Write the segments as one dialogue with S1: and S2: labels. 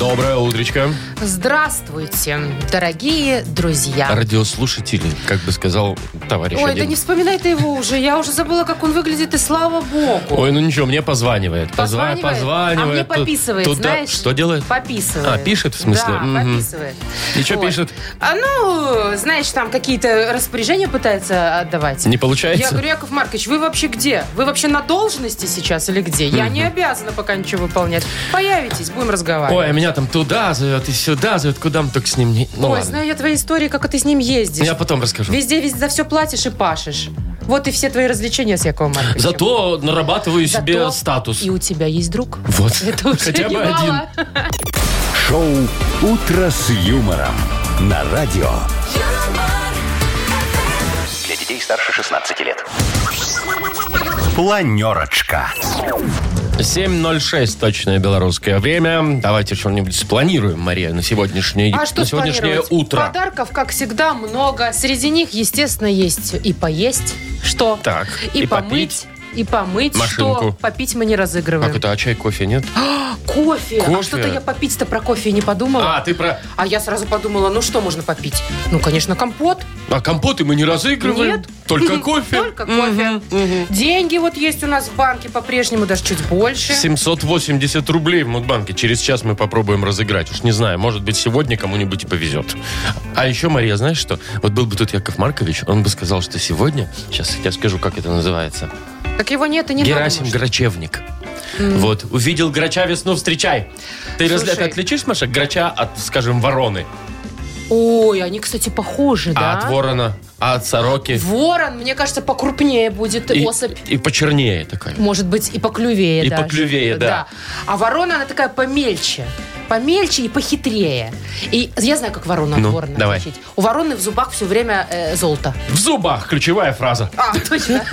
S1: Доброе утречко,
S2: Здравствуйте, дорогие друзья.
S1: радиослушатели, как бы сказал товарищ
S2: А. Ой,
S1: один.
S2: да не вспоминай ты его уже. Я уже забыла, как он выглядит, и слава богу.
S1: Ой, ну ничего, мне позванивает. Позва-
S2: Позванивает,
S1: позванивает.
S2: а мне
S1: Ту-
S2: пописывает,
S1: туда-
S2: знаешь?
S1: Что делает?
S2: Пописывает.
S1: А, пишет, в смысле?
S2: Да,
S1: Мгм.
S2: пописывает.
S1: И что
S2: Вот.
S1: пишет?
S2: А ну, знаешь, там какие-то распоряжения пытается отдавать.
S1: Не получается?
S2: Я говорю, Яков Маркович, вы вообще где? Вы вообще на должности сейчас или где? Я не обязана пока ничего выполнять. Появитесь, будем
S1: Ой, а
S2: разговаривать.
S1: меня там туда зовет и сюда зовет, куда мы только с ним не... Ну
S2: Ой,
S1: ладно,
S2: знаю я твои истории, как ты с ним ездишь.
S1: я потом расскажу.
S2: Везде, везде за все платишь и пашешь. Вот и все твои развлечения с Яковом Марковичем.
S1: Зато нарабатываю
S2: Зато
S1: себе статус.
S2: И у тебя есть друг.
S1: Вот,
S2: Это уже
S1: хотя бы
S2: немало.
S1: один.
S3: Шоу «Утро с юмором» на радио. Для детей старше 16 лет. Планерочка.
S1: 7.06 точное белорусское время. Давайте что-нибудь спланируем, Мария, на сегодняшнее,
S2: А что
S1: на сегодняшнее
S2: спланировать?
S1: утро.
S2: Подарков, как всегда, много. Среди них, естественно, есть и поесть, что?
S1: Так,
S2: И,
S1: и
S2: помыть. И помыть,
S1: Машинку.
S2: что попить мы не разыгрываем.
S1: Как это, а чай, кофе нет?
S2: Кофе.
S1: Кофе?
S2: А что-то я попить-то про кофе не подумала.
S1: А, ты про...
S2: А я сразу подумала, ну что можно попить? Ну, конечно, компот.
S1: А компоты мы не разыгрываем?
S2: Нет.
S1: Только кофе?
S2: Только кофе. Деньги вот есть у нас в банке по-прежнему, даже чуть больше.
S1: 780 рублей в Мудбанке. Через час мы попробуем разыграть. Уж не знаю, может быть, сегодня кому-нибудь и повезет. А еще, Мария, знаешь что? Вот был бы тут Яков Маркович, он бы сказал, что сегодня... Сейчас я скажу, как это называется.
S2: Так его нет и не
S1: Герасим
S2: надо.
S1: Грачевник. Вот. Увидел Грача весну, встречай. Ты
S2: Слушай.
S1: разлет отличишь, Маша, Грача от, скажем, вороны?
S2: может. Ой, они, кстати, похожи, да?
S1: А от ворона? А от сороки?
S2: Ворон, мне кажется, покрупнее будет
S1: И,
S2: особь.
S1: и почернее такая.
S2: Может быть, и поклювее
S1: И
S2: даже.
S1: поклювее, да.
S2: А ворона, она такая помельче. Помельче и похитрее. И я знаю, как ворону
S1: Ну,
S2: от ворона
S1: давай.
S2: отличить. У вороны в зубах все время э, золото.
S1: В зубах ключевая фраза.
S2: А, точно.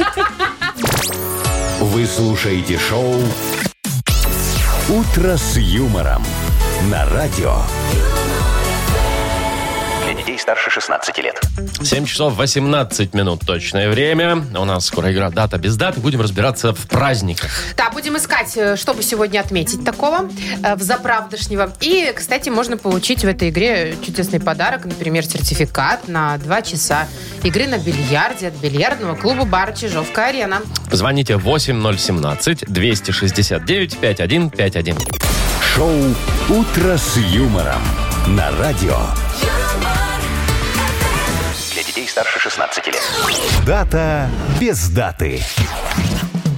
S3: Вы слушаете шоу «Утро с юмором» на радио. Для детей старше 16 лет.
S1: 7 часов 18 минут точное время. У нас скоро игра «Дата без даты». Будем разбираться в праздниках.
S2: Да, будем искать, э, что бы сегодня отметить такого э, в заправдышнего. И, кстати, можно получить в этой игре чудесный подарок, например, сертификат на два часа игры на бильярде от бильярдного клуба «Бар Чижовка-Арена».
S1: Звоните 8017-269-5151.
S3: Шоу «Утро с юмором» на радио. Для детей старше 16 лет. Дата без даты.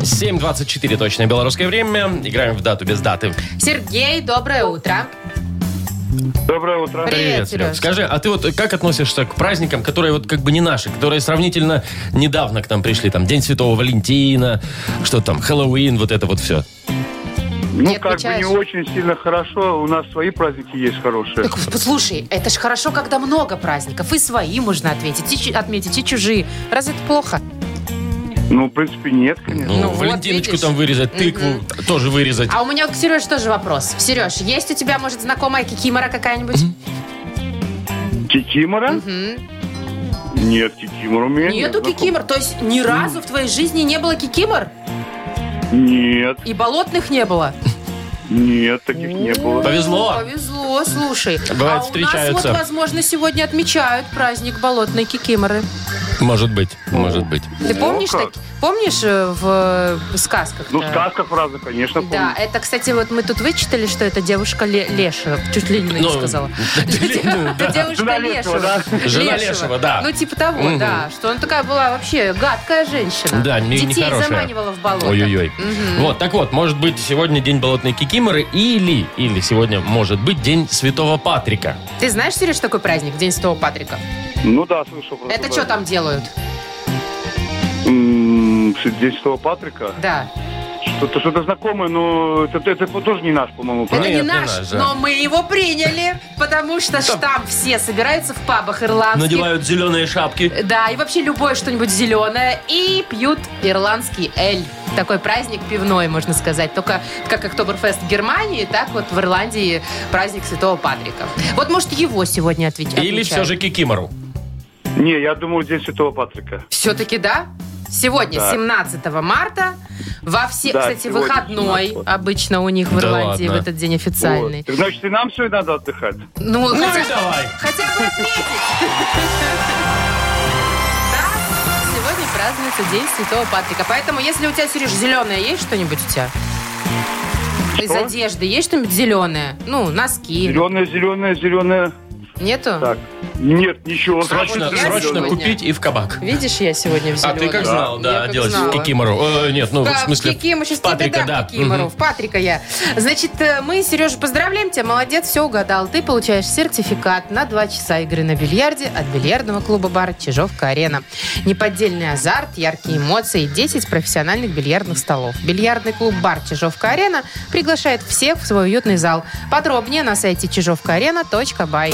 S1: 7.24 точное белорусское время. Играем в «Дату без даты».
S2: Сергей, доброе утро.
S4: Доброе утро.
S2: Привет, Сереж.
S1: Скажи, а ты вот как относишься к праздникам, которые вот как бы не наши, которые сравнительно недавно к нам пришли? Там День Святого Валентина, что там, Хэллоуин, вот это вот все.
S4: Ну,
S2: Не
S4: как бы
S2: отмечаешь?
S4: не очень сильно хорошо. У нас свои праздники есть хорошие.
S2: Так, Слушай, это ж хорошо, когда много праздников. И свои можно ответить, и, чу- отметить, и чужие. Разве это плохо?
S4: Ну, в принципе, нет, конечно.
S1: Ну,
S2: Ну, вот
S1: Валентиночку
S2: видишь.
S1: там вырезать, тыкву тоже вырезать.
S2: А у меня вот к Сереже тоже вопрос. Сереж, есть у тебя, может, знакомая кикимора какая-нибудь?
S4: Кикимора?
S2: Ну. Мгм.
S4: Нет, кикимора у меня
S2: Нету
S4: нет.
S2: кикимор? То есть ни разу в твоей жизни не было кикимор?
S4: Нет,
S2: И болотных не было?
S4: нет, таких не было.
S1: Повезло.
S2: Ну, Повезло, слушай.
S1: Бывает,
S2: а у нас
S1: встречаются.
S2: вот, возможно, сегодня отмечают праздник болотной кикиморы. А
S1: Может быть, может быть.
S2: Ты
S4: О,
S2: помнишь,
S4: как.
S2: таки- помнишь э, в э, сказках?
S4: Ну, в сказках разных, конечно, помню.
S2: Да, э, это, кстати, вот мы тут вычитали, что это девушка Ле- Лешего. Чуть Ленина не
S1: Ну,
S2: сказала.
S1: Ленина, да.
S2: Это девушка
S4: Жена Лешего,
S2: Лешего.
S1: да? Жена Лешего, да.
S2: Ну, типа того,
S1: Мгм.
S2: да. Что она такая была вообще гадкая женщина.
S1: Да, не-
S2: Детей
S1: нехорошая.
S2: заманивала в болото.
S1: Ой-ой-ой.
S2: Мгм.
S1: Вот, так вот, может быть, сегодня день болотной кикиморы или, или сегодня может быть день Святого Патрика.
S2: Ты знаешь, Сереж, такой праздник, День Святого Патрика?
S4: Ну да, слышал. Просто,
S2: Это
S4: да.
S2: что там делают?
S1: Ну,
S4: М, День Святого Патрика.
S2: Да.
S4: Что-то что-то знакомое, но это, это тоже не наш, по-моему.
S2: Это
S1: Нет,
S2: не
S1: не
S2: наш,
S1: наш, да.
S2: но мы его приняли, потому что штамп все собираются А в пабах ирландских.
S1: Надевают зеленые шапки.
S2: Да, и вообще любое что-нибудь зеленое. И пьют ирландский эль. Такой праздник пивной, можно сказать. Только как Октоберфест в Германии, так вот в Ирландии праздник Святого Патрика. Вот, может, его сегодня отвечать.
S1: Или все же кикимору.
S2: Э?
S4: Не, я думаю, День Святого Патрика.
S2: Все-таки да? Сегодня,
S4: Да.
S2: 17 марта, во все,
S4: Да,
S2: кстати,
S4: сегодня
S2: выходной
S4: 17.
S2: обычно у них в
S1: Да
S2: Ирландии
S1: ладно.
S2: в этот день официальный.
S4: Вот. Так Значит, и нам все надо отдыхать.
S2: Ну,
S1: Ну
S2: хотя,
S1: и давай.
S2: хотя бы отметить. Да, сегодня празднуется День Святого Патрика. Поэтому, если у тебя, Сереж, зеленое есть что-нибудь у тебя? Из
S4: Что?
S2: одежды есть что-нибудь зеленое? Ну, носки.
S4: Зеленое, зеленое, зеленое.
S2: Нету?
S4: Так. Нет, ничего.
S1: Срочно,
S2: Я
S1: срочно
S2: сегодня.
S1: купить и в кабак.
S2: Видишь, я сегодня в
S1: А
S2: зеленом.
S1: ты как знал, да,
S2: Я как
S1: делать
S2: знала.
S1: кикимору. Э, Нет, ну в
S2: Да,
S1: смысле.
S2: Кикимору, сейчас тебе
S1: Патрика,
S2: дам
S1: да.
S2: Кикимору.
S1: Мгм.
S2: В Патрика я. Значит, э, мы, Сережа, поздравляем тебя. Молодец, все угадал. Ты получаешь сертификат на 2 часа игры на бильярде от бильярдного клуба бара «Чижовка-арена». Неподдельный азарт, яркие эмоции, 10 профессиональных бильярдных столов. Бильярдный клуб «Бар Чижовка-арена» приглашает всех в свой уютный зал. Подробнее на сайте чижовкаарена.бай.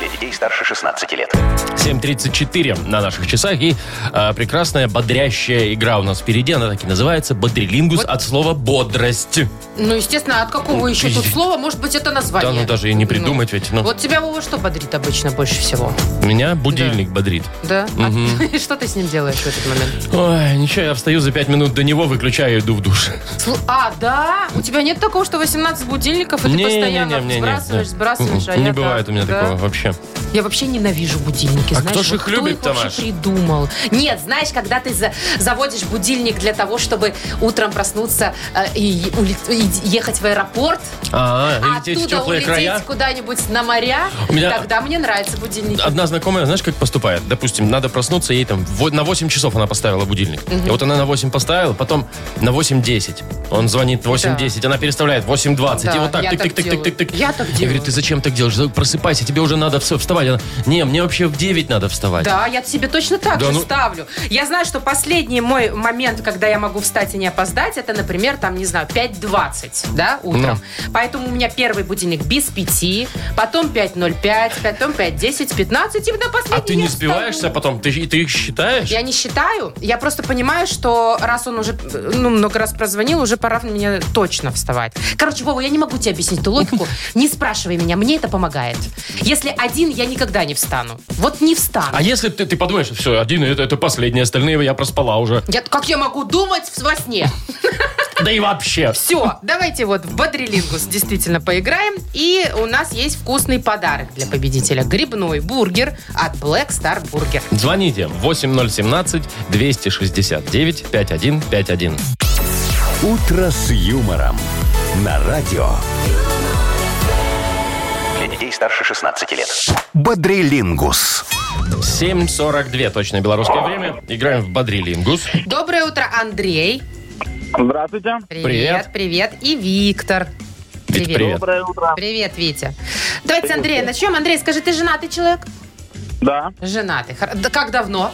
S3: Для детей старше 16 лет.
S1: 7.34 на наших часах. И э, прекрасная бодрящая игра у нас впереди. Она так и называется. Бодрилингус от слова бодрость.
S2: Ну, естественно, от какого еще тут слова? Может быть, это название?
S1: Да, ну, даже и не придумать ведь, ну.
S2: Вот тебя, Вова, что бодрит обычно больше всего?
S1: Меня будильник бодрит.
S2: Да? А что ты с ним делаешь в этот момент?
S1: Ой, ничего, я встаю за 5 минут до него, выключаю и иду в душ.
S2: Слу- А, да? У тебя нет такого, что 18 будильников, и ты постоянно
S1: Не-не-не-не-не.
S2: сбрасываешь, сбрасываешь, а
S1: Мгм.
S2: я
S1: Не бывает
S2: так,
S1: у меня
S2: да.
S1: такого вообще.
S2: Я вообще ненавижу будильники,
S1: А
S2: знаешь?
S1: кто ж
S2: вот
S1: их любит-то,
S2: вообще
S1: Маш?
S2: придумал? Нет, знаешь, когда ты за- заводишь будильник для того, чтобы утром проснуться э, и, улет- и ехать в аэропорт,
S1: А,
S2: а
S1: и лететь в
S2: оттуда
S1: теплые
S2: улететь
S1: края.
S2: куда-нибудь на моря,
S1: У меня- А
S2: тогда мне нравятся будильники.
S1: Одна знакомая, знаешь, как поступает? Допустим, надо проснуться, ей там во- на 8 часов она поставила будильник. И вот она на 8 поставила, потом на 8.10. Он звонит 8.10, она переставляет 8.20. и
S2: Да,
S1: вот так,
S2: я так
S1: тык-тык-тык-тык-тык.
S2: делаю. Я так делаю.
S1: говорю, ты зачем так делаешь? Да Просыпайся, тебе уже надо все вставать. Она, не, мне вообще в 9 надо вставать.
S2: Да, я себе точно так
S1: Да
S2: же
S1: ну.
S2: ставлю. Я знаю, что последний мой момент, когда я могу встать и не опоздать, это, например, там, не знаю, 5.20, да, утром.
S1: Ну.
S2: Поэтому у меня первый будильник без пяти, потом 5.05, потом 5.10, 15, и на последний
S1: а ты
S2: я
S1: не
S2: встаю.
S1: сбиваешься потом? Ты, ты их считаешь?
S2: Я не считаю, я просто понимаю, что раз он уже ну, много раз прозвонил, уже пора мне точно вставать. Короче, Вова, я не могу тебе объяснить эту логику. Не спрашивай меня, мне это помогает. Если один, я никогда не встану. Вот не встану.
S1: А если ты, ты подумаешь, все, один это, это последний, остальные я проспала уже.
S2: Я, как я могу думать во сне?
S1: Да и вообще.
S2: Все, давайте вот в Бодрилингус действительно поиграем. И у нас есть вкусный подарок для победителя. Грибной бургер от Black Star Burger.
S1: Звоните 8017-269-5151.
S3: «Утро с юмором» на радио. Для детей старше 16 лет. Бодрилингус.
S1: 7.42 точно белорусское время. Играем в Бодрилингус.
S2: Доброе утро, Андрей.
S4: Здравствуйте.
S1: Привет.
S2: Привет, привет. И Виктор.
S1: Вить, привет.
S4: Доброе утро.
S2: Привет, Витя. Давайте с Андрея начнем. Андрей, скажи, ты женатый человек?
S4: Да.
S2: Женатый. Хор- Да как давно?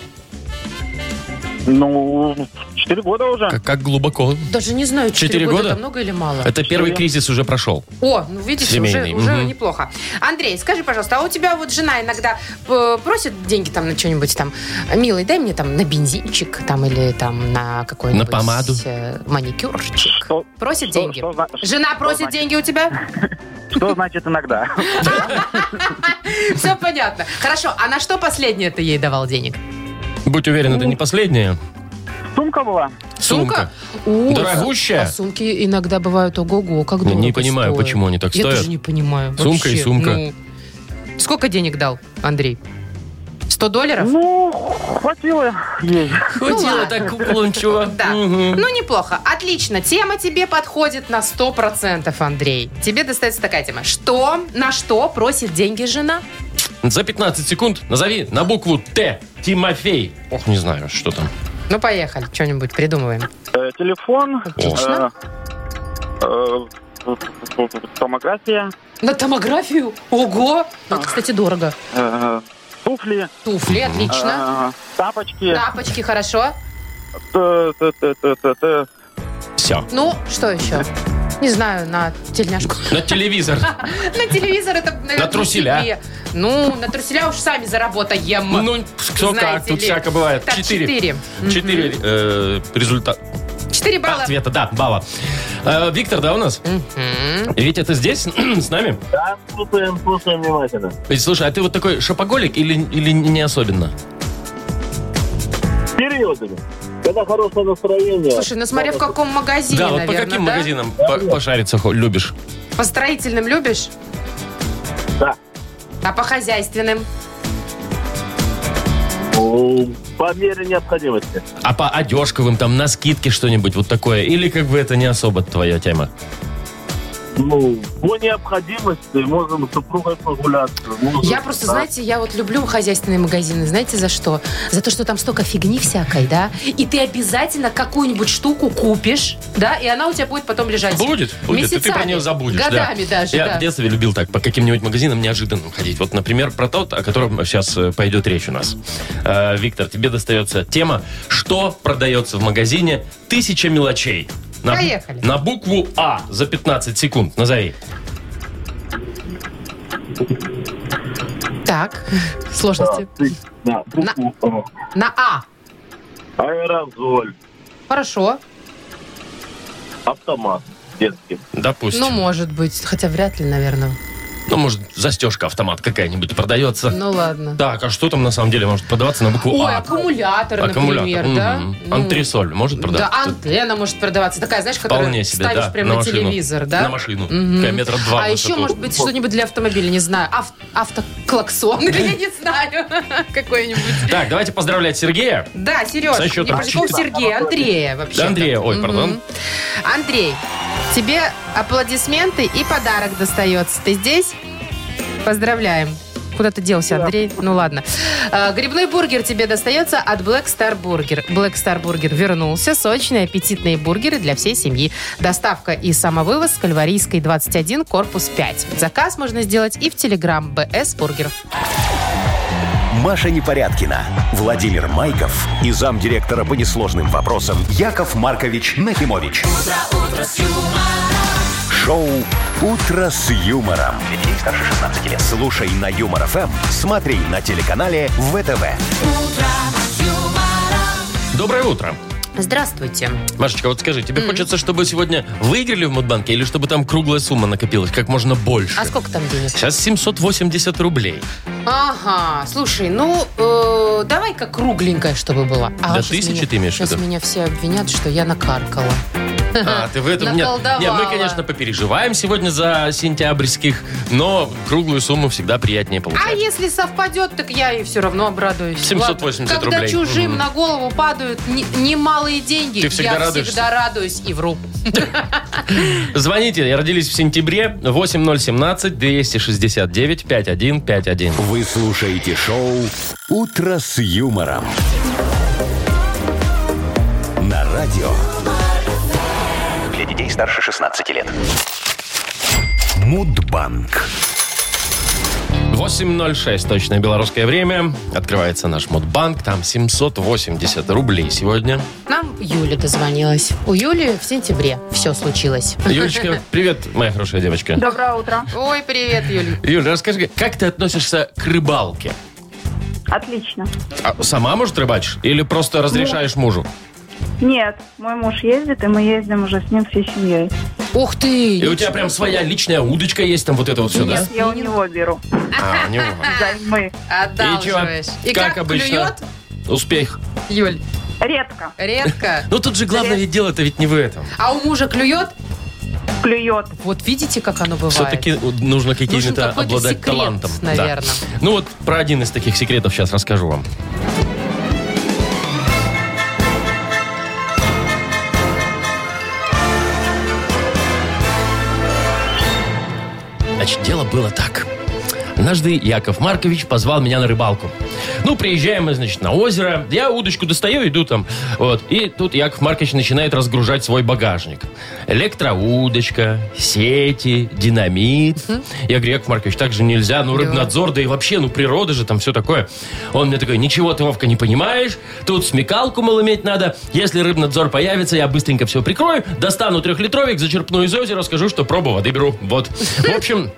S4: Ну, 4 года уже.
S1: Как, как глубоко.
S2: Даже не знаю,
S1: Четыре
S2: четыре
S1: года?
S2: Это много или мало?
S1: Это первый кризис уже прошел.
S2: О, ну видите, уже,
S1: Семейный,
S2: уже
S1: мгм.
S2: неплохо. Андрей, скажи, пожалуйста, а у тебя вот жена иногда э, просит деньги там на что-нибудь там, милый, дай мне там на бензинчик там или там на какой-нибудь...
S1: На помаду.
S2: э, Маникюрчик.
S4: Что,
S2: Просит
S4: что-
S2: деньги.
S4: что за-
S2: Жена
S4: что
S2: просит
S4: значит?
S2: деньги у тебя?
S4: что значит иногда?
S2: Все понятно. Хорошо, а на что последнее ты ей давал денег?
S1: Будь уверен, это не последняя
S4: Сумка была?
S1: сумка.
S2: О,
S1: Дорогущая?
S2: А сумки иногда бывают ого-го, как
S1: Не
S2: дорого
S1: понимаю,
S2: стоят.
S1: почему они так
S2: Я
S1: стоят.
S2: тоже не понимаю.
S1: Сумка и
S2: Вообще,
S1: сумка.
S2: ну. Сколько денег дал, Андрей? 100 долларов?
S4: Ну, хватило ей.
S2: Ну
S1: Хватило
S2: ладно.
S1: так уклончиво.
S2: Да.
S1: Мгм.
S2: Ну, неплохо. Отлично. Тема тебе подходит на 100%, Андрей. Тебе достается такая тема. Что, на что просит деньги жена?
S1: За 15 секунд назови на букву Т. Тимофей. Ох, не знаю, что там.
S2: Ну, поехали. Что-нибудь придумываем.
S4: Э, Телефон.
S2: Отлично.
S4: э, э, Томография.
S2: На томографию? Ого! Это, кстати, дорого.
S4: э, Туфли. туфли,
S2: Туфли, отлично.
S4: э,
S1: А.
S4: тапочки.
S2: Тапочки, хорошо.
S4: Т-т-т-т-т-т.
S1: Все.
S2: Ну, что еще? Не знаю, на тельняшку.
S1: На телевизор.
S2: На телевизор это, наверное,
S1: труселя.
S2: себе. Ну, на труселя уж сами заработаем.
S1: Ну, кто как,
S2: Знаете
S1: тут
S2: ли.
S1: всяко бывает.
S2: Так,
S1: Четыре.
S2: четыре.
S1: Четыре э, результата.
S2: Четыре балла.
S1: Ответа, да, балла. Э, Виктор, да, у нас? Ведь это здесь, с нами?
S4: Да, слушаем, слушаем внимательно.
S1: Ведь, слушай, а ты вот такой шопоголик или, или не особенно?
S4: Периодами. Когда хорошее настроение.
S2: Слушай, ну смотря в каком магазине,
S1: да, вот
S2: наверное,
S1: по каким
S2: да?
S1: магазинам по- пошариться хо- любишь?
S2: По строительным любишь?
S4: Да.
S2: А по хозяйственным?
S4: ну, По мере необходимости.
S1: А по одежковым, там, на скидке что-нибудь вот такое? Или как бы это не особо твоя тема?
S4: Ну, по необходимости можем с супругой погуляться. можем,
S2: Я просто,
S4: да.
S2: знаете, я вот люблю хозяйственные магазины. Знаете, за что? За то, что там столько фигни всякой, да? И ты обязательно какую-нибудь штуку купишь, да? И она у тебя будет потом лежать.
S1: Будет, будет. И ты
S2: Месяцами,
S1: про нее забудешь. да.
S2: Годами даже,
S1: Я
S2: да.
S1: в детстве любил так по каким-нибудь магазинам неожиданным ходить. Вот, например, про тот, о котором сейчас э, пойдет речь у нас. Э, Виктор, тебе достается тема, что продается в магазине «Тысяча мелочей». На,
S2: Поехали.
S1: На букву А за 15 секунд. Назови.
S2: Так, сложности.
S4: Да, букву «А».
S2: На А.
S4: Аэрозоль,
S2: Хорошо.
S4: автомат детский.
S1: Допустим.
S2: Ну, может быть. Хотя вряд ли, наверное.
S1: Ну, может, застежка автомат какая-нибудь продается.
S2: Ну, ладно.
S1: Так, а что там на самом деле может продаваться на букву
S2: Ой,
S1: А?
S2: аккумулятор, например,
S1: Аккумулятор,
S2: да?
S1: мгм.
S2: Ну,
S1: Антресоль может продаться?
S2: Да, антенна может продаваться. Такая, знаешь,
S1: Вполне
S2: которую
S1: себе,
S2: ставишь
S1: да.
S2: прямо на, телевизор, да?
S1: На машину.
S2: Мгм.
S1: Такая метра два
S2: А
S1: в
S2: еще,
S1: высоту.
S2: может быть, что-нибудь для автомобиля, не знаю. Ав- автоклаксон, я не знаю. Какой-нибудь.
S1: Так, давайте поздравлять Сергея.
S2: Да, Сереж,
S1: За счет
S2: не Поздняков
S1: Рачи.
S2: Сергея, Андрея вообще.
S1: Да, Андрея, ой, пардон.
S2: Андрей, тебе аплодисменты и подарок достается. Ты здесь? Поздравляем. Куда ты делся, Андрей? Ну ладно. Э, Грибной бургер тебе достается от Black Star Burger. Black Star Burger вернулся. Сочные, аппетитные бургеры для всей семьи. Доставка и самовывоз с Кальварийской 21, корпус 5. Заказ можно сделать и в Telegram BS Бургер.
S3: Маша Непорядкина, Владимир Майков и замдиректора по несложным вопросам Яков Маркович Нахимович. Шоу Утро с юмором. Детей старше 16 лет. Слушай на юмор ФМ, смотри на телеканале ВТВ.
S1: Доброе утро.
S2: Здравствуйте.
S1: Машечка, вот скажи, тебе хочется, чтобы сегодня выиграли в Мудбанке или чтобы там круглая сумма накопилась как можно больше?
S2: А сколько там денег?
S1: Сейчас 780 рублей.
S2: Ага, слушай, ну э, давай-ка кругленькая, чтобы была.
S1: До
S2: щас
S1: тысячи
S2: меня-
S1: ты имеешь в
S2: щас
S1: виду?
S2: меня все обвинят, что я накаркала.
S1: А, ты в этом... Нет,
S2: Наколдовала.
S1: нет, мы, конечно, попереживаем сегодня за сентябрьских, но круглую сумму всегда приятнее
S2: А
S1: получать.
S2: если совпадет, так я и все равно обрадуюсь.
S1: 780
S2: Ладно, Когда
S1: рублей.
S2: чужим
S1: Мгм.
S2: на голову падают не- немалые деньги,
S1: Ты всегда
S2: я
S1: радуешься.
S2: всегда радуюсь и вру.
S1: Звоните, родились в сентябре, 8017-269-5151.
S3: Вы слушаете шоу Утро с юмором. На радио. Для детей старше 16 лет. Мудбанк.
S1: 8.06, точное белорусское время. Открывается наш Мудбанк, там 780 рублей сегодня.
S2: Нам Юля дозвонилась. У Юли в сентябре все случилось.
S1: Юлечка, привет, моя хорошая девочка.
S5: Доброе утро.
S2: Ой, привет, Юля.
S1: Юль, ну расскажи, как ты относишься к рыбалке?
S5: Отлично.
S1: А сама, может, рыбачишь? Или просто
S5: Ну,
S1: разрешаешь мужу?
S5: Нет, мой муж ездит, и мы ездим уже с ним всей семьей.
S2: Ух ты!
S1: И у тебя прям своя личная удочка есть, там вот это вот все, да?
S5: Нет, я у него беру.
S1: А, у него.
S5: Займы.
S2: Одалживаешь.
S1: И чё, как обычно?
S2: клюет,
S1: Успех.
S2: Юль?
S5: Редко
S2: Редко.
S1: Ну тут же главное ведь дело-то ведь не в этом.
S2: А у мужа клюет?
S5: клюет.
S2: Вот видите, как оно бывает.
S1: Все-таки э, нужно
S2: Нужен
S1: каким-то
S2: какой-то
S1: обладать
S2: секрет,
S1: талантом. Да.
S2: наверное.
S1: Ну вот про один из таких секретов сейчас расскажу вам. Значит, дело было так. Однажды Яков Маркович позвал меня на рыбалку. Ну, приезжаем мы, значит, на озеро. Я удочку достаю, иду там. Вот. И тут Яков Маркович начинает разгружать свой багажник. Электроудочка, сети, динамит. Я говорю, Яков Маркович, так же нельзя. Ну, рыбнадзор, да и вообще, ну, природа же, там все такое. Он мне такой, ничего ты, Вовка, не понимаешь. Тут смекалку, мол, иметь надо. Если рыбнадзор появится, я быстренько все прикрою, достану трехлитровик, зачерпну из озера, скажу, что пробу воды беру. Вот. В общем...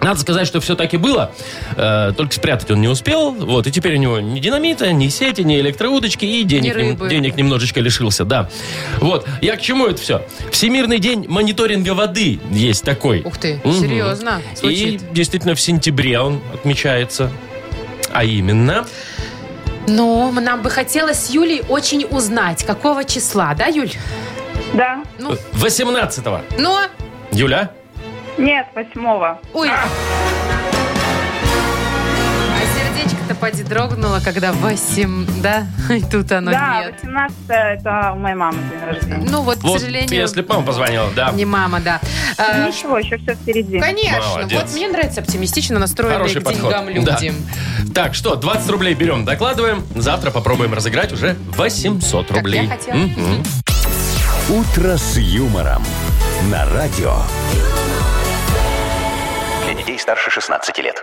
S1: Надо сказать, что все так и было. Э, только спрятать он не успел. Вот, и теперь у него ни динамита, ни сети, ни электроудочки, и денег, нем-
S2: рыбы.
S1: денег немножечко лишился, да. Вот. Я к чему это все? Всемирный день мониторинга воды есть такой.
S2: Ух ты,
S1: Мгм.
S2: серьезно.
S1: И
S2: Звучит.
S1: действительно в сентябре он отмечается. А именно...
S2: Ну, нам бы хотелось с Юлей очень узнать, какого числа, да, Юль?
S5: Да.
S1: Э. 18-го.
S2: Ну,
S1: Юля?
S5: Нет, восьмого.
S2: ой. А сердечко-то поди дрогнуло, когда 8, да? И тут оно
S5: да,
S2: нет.
S5: 18 это у моей мамы день рождения.
S2: Ну вот,
S1: вот
S2: к сожалению...
S1: если бы он позвонил, да.
S2: Не мама, да. Э,
S5: Ничего, еще все впереди.
S2: Конечно.
S1: Молодец.
S2: Вот мне нравится оптимистично настроенные
S1: Хороший
S2: к
S1: подход.
S2: деньгам люди.
S1: Да. Так, что, 20 рублей берем, докладываем. Завтра попробуем разыграть уже 800
S2: я
S1: рублей.
S2: хотела.
S1: Мгм.
S3: «Утро с юмором» на радио. Для детей старше 16 лет.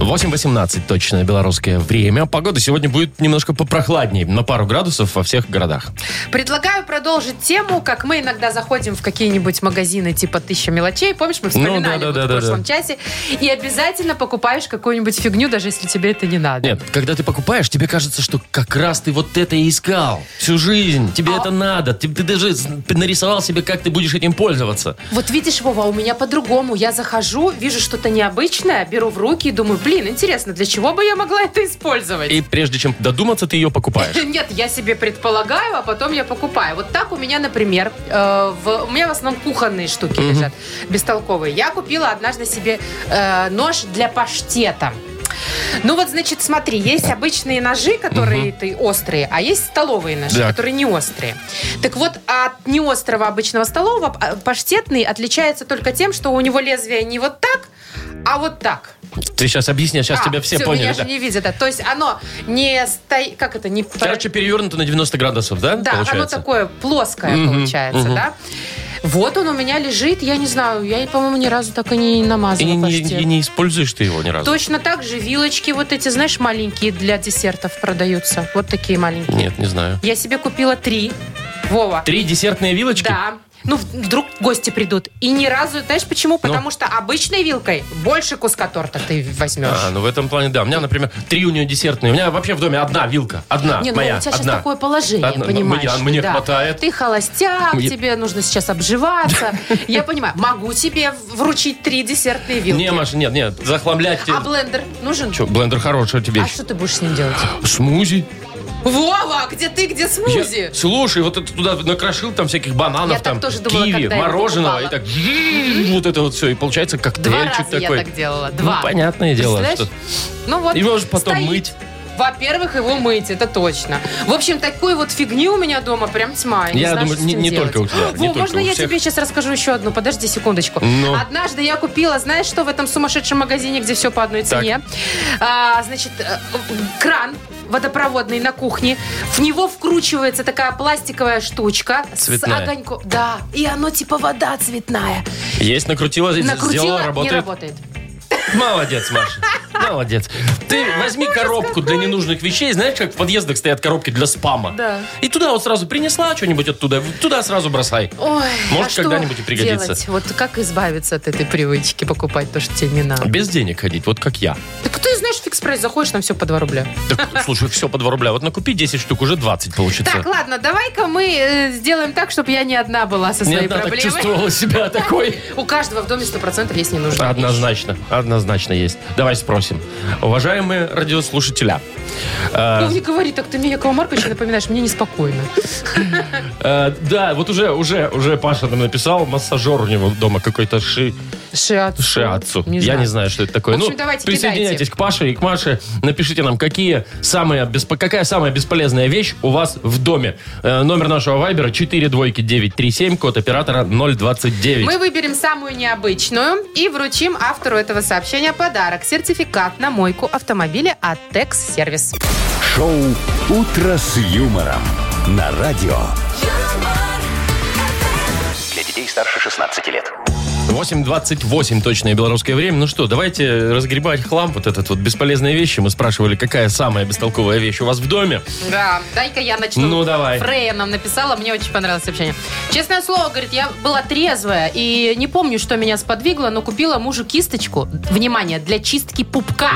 S1: 8.18 точное белорусское время. Погода сегодня будет немножко попрохладнее, на пару градусов во всех городах.
S2: Предлагаю продолжить тему, как мы иногда заходим в какие-нибудь магазины типа «Тысяча мелочей». Помнишь, мы вспоминали
S1: Ну да, да,
S2: вот
S1: да,
S2: в
S1: да,
S2: прошлом
S1: да.
S2: часе. И обязательно покупаешь какую-нибудь фигню, даже если тебе это не надо.
S1: Нет, когда ты покупаешь, тебе кажется, что как раз ты вот это и искал всю жизнь. Тебе это надо. Ты, ты даже с- ты нарисовал себе, как ты будешь этим пользоваться.
S2: Вот видишь, Вова, у меня по-другому. Я захожу, вижу что-то необычное, беру в руки и думаю, блин, интересно, для чего бы я могла это использовать?
S1: И прежде чем додуматься, ты ее покупаешь.
S2: Нет, я себе предполагаю, а потом я покупаю. Вот так у меня, например, э, в- у меня в основном кухонные штуки лежат, бестолковые. Я купила однажды себе э, нож для паштета. Ну вот, значит, смотри, есть обычные ножи, которые ты острые, а есть столовые ножи,
S1: Так.
S2: которые не острые. Так вот, от неострого обычного столового а, паштетный отличается только тем, что у него лезвие не вот так, а вот так.
S1: Ты сейчас объясни, сейчас
S2: А,
S1: тебя все
S2: всё,
S1: поняли.
S2: Меня
S1: да.
S2: же не видят. да. То есть оно не стоит... Как это? Не...
S1: Короче, перевернуто на 90 градусов, да?
S2: Да,
S1: получается?
S2: оно такое плоское
S1: Мгм,
S2: получается,
S1: мгм.
S2: да? Вот он у меня лежит, я не знаю, я, по-моему, ни разу так и не
S1: И
S2: намазала
S1: не, не-
S2: паштет.
S1: и не используешь ты его ни разу?
S2: Точно так же вилочки вот эти, знаешь, маленькие для десертов продаются. Вот такие маленькие.
S1: Нет, не знаю.
S2: Я себе купила три. Вова.
S1: Три десертные вилочки?
S2: Да. Ну, вдруг гости придут. И ни разу, знаешь
S1: Ну.
S2: почему? Потому что обычной вилкой больше куска торта ты возьмешь.
S1: А, ну в этом плане, да. У меня, например, три у нее десертные. У меня вообще в доме одна вилка. Одна.
S2: Не, ну
S1: А, моя.
S2: у тебя сейчас
S1: одна.
S2: такое положение,
S1: Одна. ну,
S2: понимаешь?
S1: Мне- а
S2: ты,
S1: мне
S2: да.
S1: хватает.
S2: Ты холостяк,
S1: Мне-
S2: тебе нужно сейчас обживаться. Я понимаю, могу тебе вручить три десертные вилки.
S1: Не, Маша, нет, нет, захламлять тебе.
S2: А блендер нужен?
S1: Чё, блендер хорошая тебе.
S2: А что ты будешь с ним делать?
S1: Смузи.
S2: Вова, а где ты, где
S1: Я-
S2: смузи?
S1: слушай, вот это туда накрошил там всяких бананов,
S2: Я так
S1: там,
S2: тоже думала,
S1: киви,
S2: когда я его
S1: мороженого,
S2: покупала.
S1: и так жжж, вот это вот все. И получается
S2: Два
S1: коктейльчик
S2: раза
S1: такой.
S2: я так делала. Два.
S1: Ну, понятное дело.
S2: Представляешь?
S1: Что...
S2: Ну вот.
S1: Его же потом
S2: стоит.
S1: мыть.
S2: Во-первых, его мыть, это точно. В общем, такой вот фигни у меня дома прям тьма. Я, не
S1: Я
S2: знаю,
S1: думаю,
S2: что с
S1: не-
S2: этим
S1: не
S2: делать.
S1: только у тебя,
S2: Во,
S1: не только
S2: можно
S1: у
S2: я
S1: всех.
S2: тебе сейчас расскажу еще одну? Подожди секундочку.
S1: Ну.
S2: Однажды я купила, знаешь что, в этом сумасшедшем магазине, где все по одной
S1: Так.
S2: цене. А, значит, э, кран водопроводный на кухне. В него вкручивается такая пластиковая штучка
S1: Цветная.
S2: с огоньком. Да, и оно типа вода цветная.
S1: Есть, накрутила,
S2: Накрутила,
S1: сделала,
S2: не
S1: работает.
S2: работает.
S1: Молодец, Маша. Молодец. Ты возьми коробку для ненужных вещей. Знаешь, как в подъездах стоят коробки для спама?
S2: Да.
S1: И туда вот сразу принесла что-нибудь оттуда, туда сразу бросай.
S2: Ой,
S1: Может,
S2: а что
S1: когда-нибудь и пригодится.
S2: делать? Вот как избавиться от этой привычки покупать то, что тебе не надо?
S1: Без денег ходить, вот как я.
S2: Так ты знаешь, в фикс-прайс заходишь, там все по 2 рубля.
S1: Так, слушай, все по 2 рубля. Вот накупи 10 штук, уже 20 получится.
S2: Так, ладно, давай-ка мы э, сделаем так, чтобы я не одна была со
S1: Не
S2: своей
S1: одна так
S2: проблемой.
S1: чувствовала себя такой.
S2: У каждого в доме 100% есть ненужная вещь.
S1: Однозначно, однозначно есть. Давай спросим. Уважаемые а, радиослушателя,
S2: Ну, не говори так, ты мне Якова Марковича напоминаешь, мне неспокойно.
S1: а,
S2: Ну.
S1: Э, да, вот уже, уже, уже Паша нам написал, массажер у него дома какой-то ши,
S2: Шиатсу.
S1: Шиатсу. Я не знаю, что это такое.
S2: В общем,
S1: ну,
S2: давайте,
S1: присоединяйтесь
S2: кидайте.
S1: к Паше и к Маше. Напишите нам, какие самые бесп- какая самая бесполезная вещь у вас в доме. Э, номер нашего вайбера 4 двойки 937, код оператора 029.
S2: Мы выберем самую необычную и вручим автору этого сообщения подарок. Сертификат на мойку автомобиля от Tex Сервис.
S3: Шоу «Утро с юмором» на радио.
S6: Для детей старше 16 лет.
S1: 8.28 точное белорусское время. Ну что, давайте разгребать хлам, вот этот вот бесполезные вещи. Мы спрашивали, какая самая бестолковая вещь у вас в доме.
S2: Да, дай-ка я начну.
S1: Ну, давай.
S2: Фрея нам написала, мне очень понравилось сообщение. Честное слово, говорит, я была трезвая и не помню, что меня сподвигло, но купила мужу кисточку, внимание, для чистки пупка.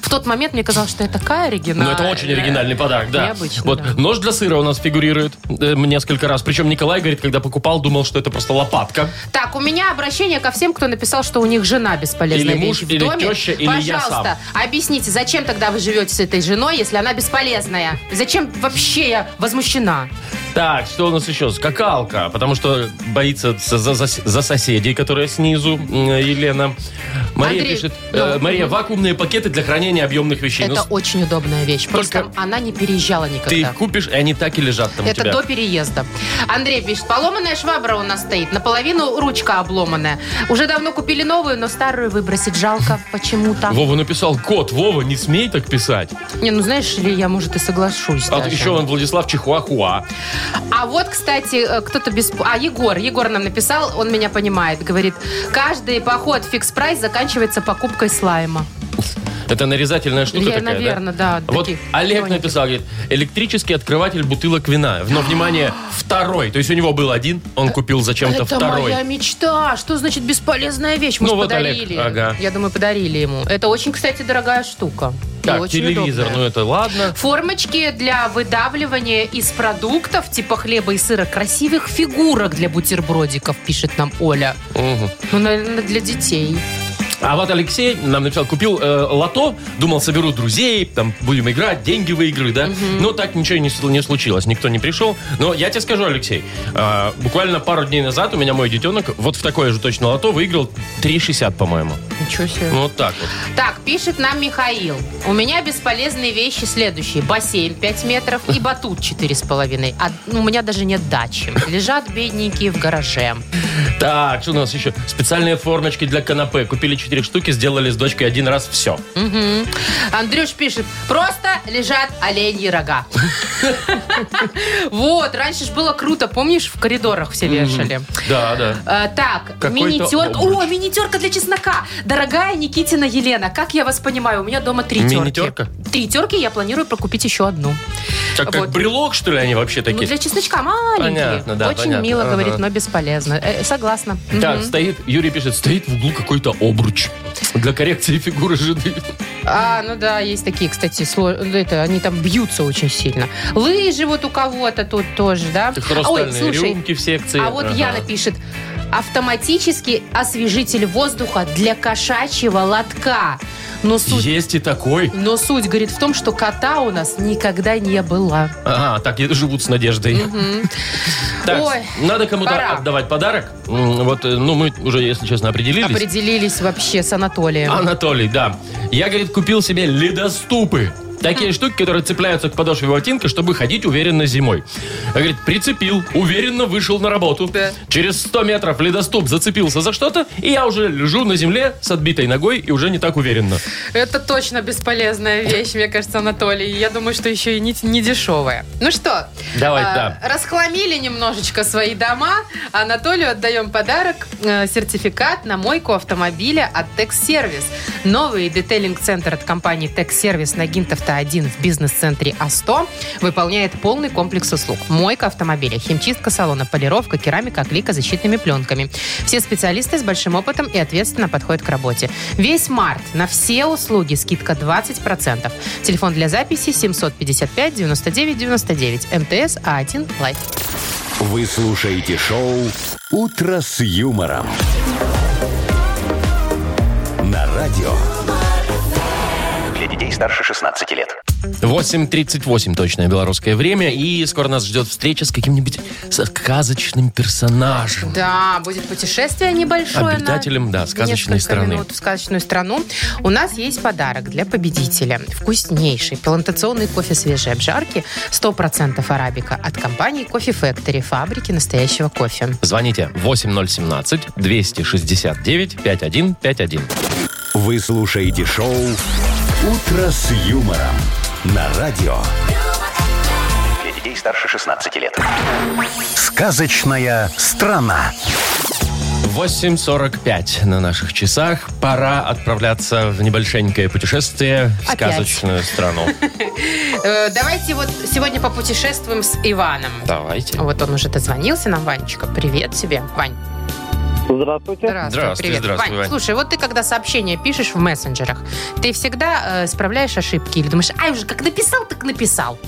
S2: В тот момент мне казалось, что я такая
S1: Ну,
S2: оригинальная.
S1: это очень оригинальный подарок, да.
S2: Необычно,
S1: вот
S2: э, да.
S1: нож для сыра у нас фигурирует э, несколько раз. Причем Николай говорит, когда покупал, думал, что это просто лопатка.
S2: Так, у меня обращение ко всем, кто написал, что у них жена бесполезная
S1: Или муж,
S2: вещь в
S1: или
S2: доме.
S1: теща, или я сам.
S2: Пожалуйста, объясните, зачем тогда вы живете с этой женой, если она бесполезная? Зачем вообще я возмущена?
S1: Так, что у нас еще? Скакалка, потому что боится за, за- за- за соседей, которые снизу, м, Елена. Мария
S2: Андрей,
S1: пишет, э,
S2: ну.
S1: Мария, вакуумные пакеты для хранения объемных вещей. Ну,
S2: Это очень удобная вещь. Просто
S1: Только-
S2: она не переезжала никогда.
S1: ты их купишь, и они так и лежат там у
S2: Это
S1: тебя.
S2: до переезда. Андрей пишет, поломанная швабра у нас стоит, наполовину ручка обломанная. Уже давно купили новую, но старую выбросить жалко почему-то.
S1: Вова написал, кот, Вова, не смей так писать.
S2: Не, ну знаешь ли, я, может, и соглашусь
S1: А
S2: даже.
S1: еще он Владислав Чихуахуа.
S2: А вот, кстати, э, кто-то без... А, Егор. Егор нам написал, он меня понимает. Говорит, каждый поход в фикс-прайс заканчивается покупкой слайма.
S1: Это нарезательная штука
S2: Я,
S1: такая,
S2: наверное, да,
S1: Вот
S2: таких
S1: Олег
S2: тоненьких.
S1: написал, говорит, электрический открыватель бутылок вина. Но, внимание, второй. То есть у него был один, он купил зачем-то
S2: Это
S1: второй.
S2: моя мечта. Что значит бесполезная вещь? Мы
S1: Ну
S2: ж
S1: вот,
S2: подарили.
S1: Олег, ага.
S2: Я думаю, подарили ему. Это очень, кстати, дорогая штука. И
S1: Так,
S2: очень
S1: телевизор,
S2: удобная.
S1: ну это ладно.
S2: Формочки для выдавливания из продуктов, типа хлеба и сыра, красивых фигурок для бутербродиков, пишет нам Оля.
S1: Мгм.
S2: Ну, наверное, для детей.
S1: А вот Алексей нам написал, купил э, лото, думал, соберу друзей, там будем играть, деньги выиграю, да. Но так ничего не, сл- не случилось, никто не пришел. Но я тебе скажу, Алексей, э, буквально пару дней назад у меня мой детенок вот в такое же точно лото выиграл 3,60, по-моему.
S2: Ничего себе.
S1: Вот так вот.
S2: Так, пишет нам Михаил. У меня бесполезные вещи следующие. Бассейн 5 метров и батут 4,5. А ну, у меня даже нет дачи. Лежат бедненькие в гараже.
S1: Так, что у нас еще? Специальные формочки для канапе. Купили 4 штуки, сделали с дочкой один раз, все.
S2: Мгм. Андрюш пишет, просто лежат оленьи рога. Вот, раньше же было круто, помнишь, в коридорах все вешали.
S1: Да, да.
S2: Э, Так,
S1: Какой-то
S2: мини-терка. О,
S1: обруч.
S2: мини-терка для чеснока. Дорогая Никитина Елена, как я вас понимаю, у меня дома три терки.
S1: Мини-терка?
S2: Три терки, я планирую прокупить еще одну.
S1: Как, как
S2: Вот.
S1: брелок, что ли, они вообще такие?
S2: Ну, для чесночка маленькие.
S1: Понятно, да,
S2: Очень
S1: понятно.
S2: мило,
S1: Ага.
S2: говорит, но бесполезно. Э, согласна.
S1: Так,
S2: Мгм.
S1: стоит, Юрий пишет, стоит в углу какой-то обруч для коррекции фигуры жены.
S2: А, ну да, есть такие, кстати, сло- ну, это, они там бьются очень сильно. Лыжи вот у кого-то тут тоже, да?
S1: Хрустальные
S2: Ой, слушай,
S1: рюмки в секции.
S2: а вот
S1: Ага.
S2: Яна пишет, автоматический освежитель воздуха для кошачьего лотка. Но суть,
S1: Есть и такой.
S2: но суть, говорит, в том, что кота у нас никогда не было.
S1: Ага, так, и живут с надеждой. Так,
S2: Ой,
S1: надо кому-то
S2: пора.
S1: отдавать подарок. М, Вот, э, ну, мы уже, если честно, определились.
S2: Определились вообще с Анатолием.
S1: Анатолий, да. Я, говорит, купил себе ледоступы. Такие штуки, которые цепляются к подошве ботинка, чтобы ходить уверенно зимой. Я, Говорит, прицепил, уверенно вышел на работу. Через 100 метров ледоступ зацепился за что-то, и я уже лежу на земле с отбитой ногой и уже не так уверенно.
S2: Это точно бесполезная вещь, мне кажется, Анатолий. Я думаю, что еще и не, не дешевая. Ну что,
S1: Давай,
S2: а,
S1: да.
S2: расхламили немножечко свои дома. Анатолию отдаем подарок, э, сертификат на мойку автомобиля от Текс-сервис. Новый детейлинг-центр от компании Текс-сервис на Гинтовта-1 в бизнес-центре А100 выполняет полный комплекс услуг. Мойка автомобиля, химчистка салона, полировка, керамика, клика защитными пленками. Все специалисты с большим опытом и ответственно подходят к работе. Весь март на все услуги скидка 20%. Телефон для записи 755-99-99. МТС А1 Лайф.
S3: Вы слушаете шоу «Утро с юмором» на радио.
S6: Для детей старше 16 лет.
S1: 8.38 точное белорусское время. И скоро нас ждет встреча с каким-нибудь с- сказочным персонажем.
S2: Да, будет путешествие небольшое.
S1: Обитателям,
S2: на
S1: да, сказочной
S2: несколько
S1: страны.
S2: минут в сказочную страну. У нас есть подарок для победителя. Вкуснейший плантационный кофе свежей обжарки 100% арабика от компании Coffee Factory, фабрики настоящего кофе.
S1: Звоните 8017-269-5151.
S3: Вы слушаете шоу «Утро с юмором» на радио.
S6: Для детей старше 16 лет.
S3: Сказочная страна.
S1: 8.45 на наших часах. Пора отправляться в небольшенькое путешествие в
S2: Опять.
S1: сказочную страну.
S2: Э, давайте вот сегодня попутешествуем с Иваном.
S1: Давайте.
S2: Вот он уже дозвонился нам, Ванечка. Привет тебе, Вань.
S4: Здравствуйте.
S2: Здравствуй,
S1: Здравствуй,
S2: привет.
S1: здравствуй,
S2: Вань,
S1: Вань.
S2: слушай, вот ты когда сообщения пишешь в мессенджерах, ты всегда э, исправляешь ошибки или думаешь, ай уже как написал, так написал.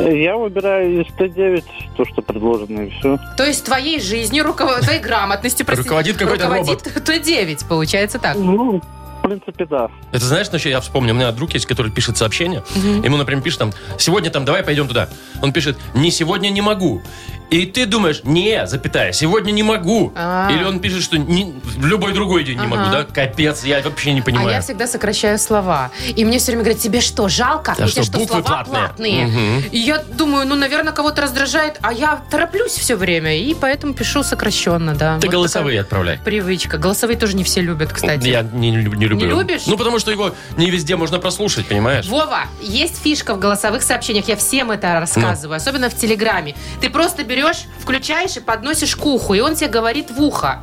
S4: Я выбираю из 109 то, что предложено, и все.
S2: То есть твоей жизнью, руковод... твоей грамотностью, прости,
S1: Руководит какой-то
S2: руководит Т9, получается так.
S4: Ну, в принципе, да.
S1: Это знаешь, значит, я вспомнил, у меня друг есть, который пишет сообщение. Ему, например, пишет там, сегодня там, давай пойдем туда. Он пишет, не сегодня не могу. И ты думаешь, не, запятая, сегодня не могу.
S2: А.
S1: Или он пишет, что «Не- в любой другой день не могу, да?
S2: Ага.
S1: Капец, я вообще не
S2: А я
S1: понимаю.
S2: всегда сокращаю слова. И мне все время говорят, тебе что, жалко?
S1: Да
S2: У
S1: А что,
S2: тебя что,
S1: буквы
S2: слова
S1: платные?
S2: платные?
S1: Мгм.
S2: И я думаю, ну, наверное, кого-то раздражает, а я тороплюсь все время, и поэтому пишу сокращенно, да.
S1: Ты
S2: Вот
S1: голосовые отправляй.
S2: такая Привычка. Голосовые тоже не все любят, кстати.
S1: Я не, лю- не люблю.
S2: Не любишь?
S1: Ну, потому что его не везде можно прослушать, понимаешь?
S2: Вова, есть фишка в голосовых сообщениях. Я всем это
S1: Ну.
S2: рассказываю, особенно в Телеграме. Ты просто берешь, включаешь и подносишь к уху, и он тебе говорит в ухо.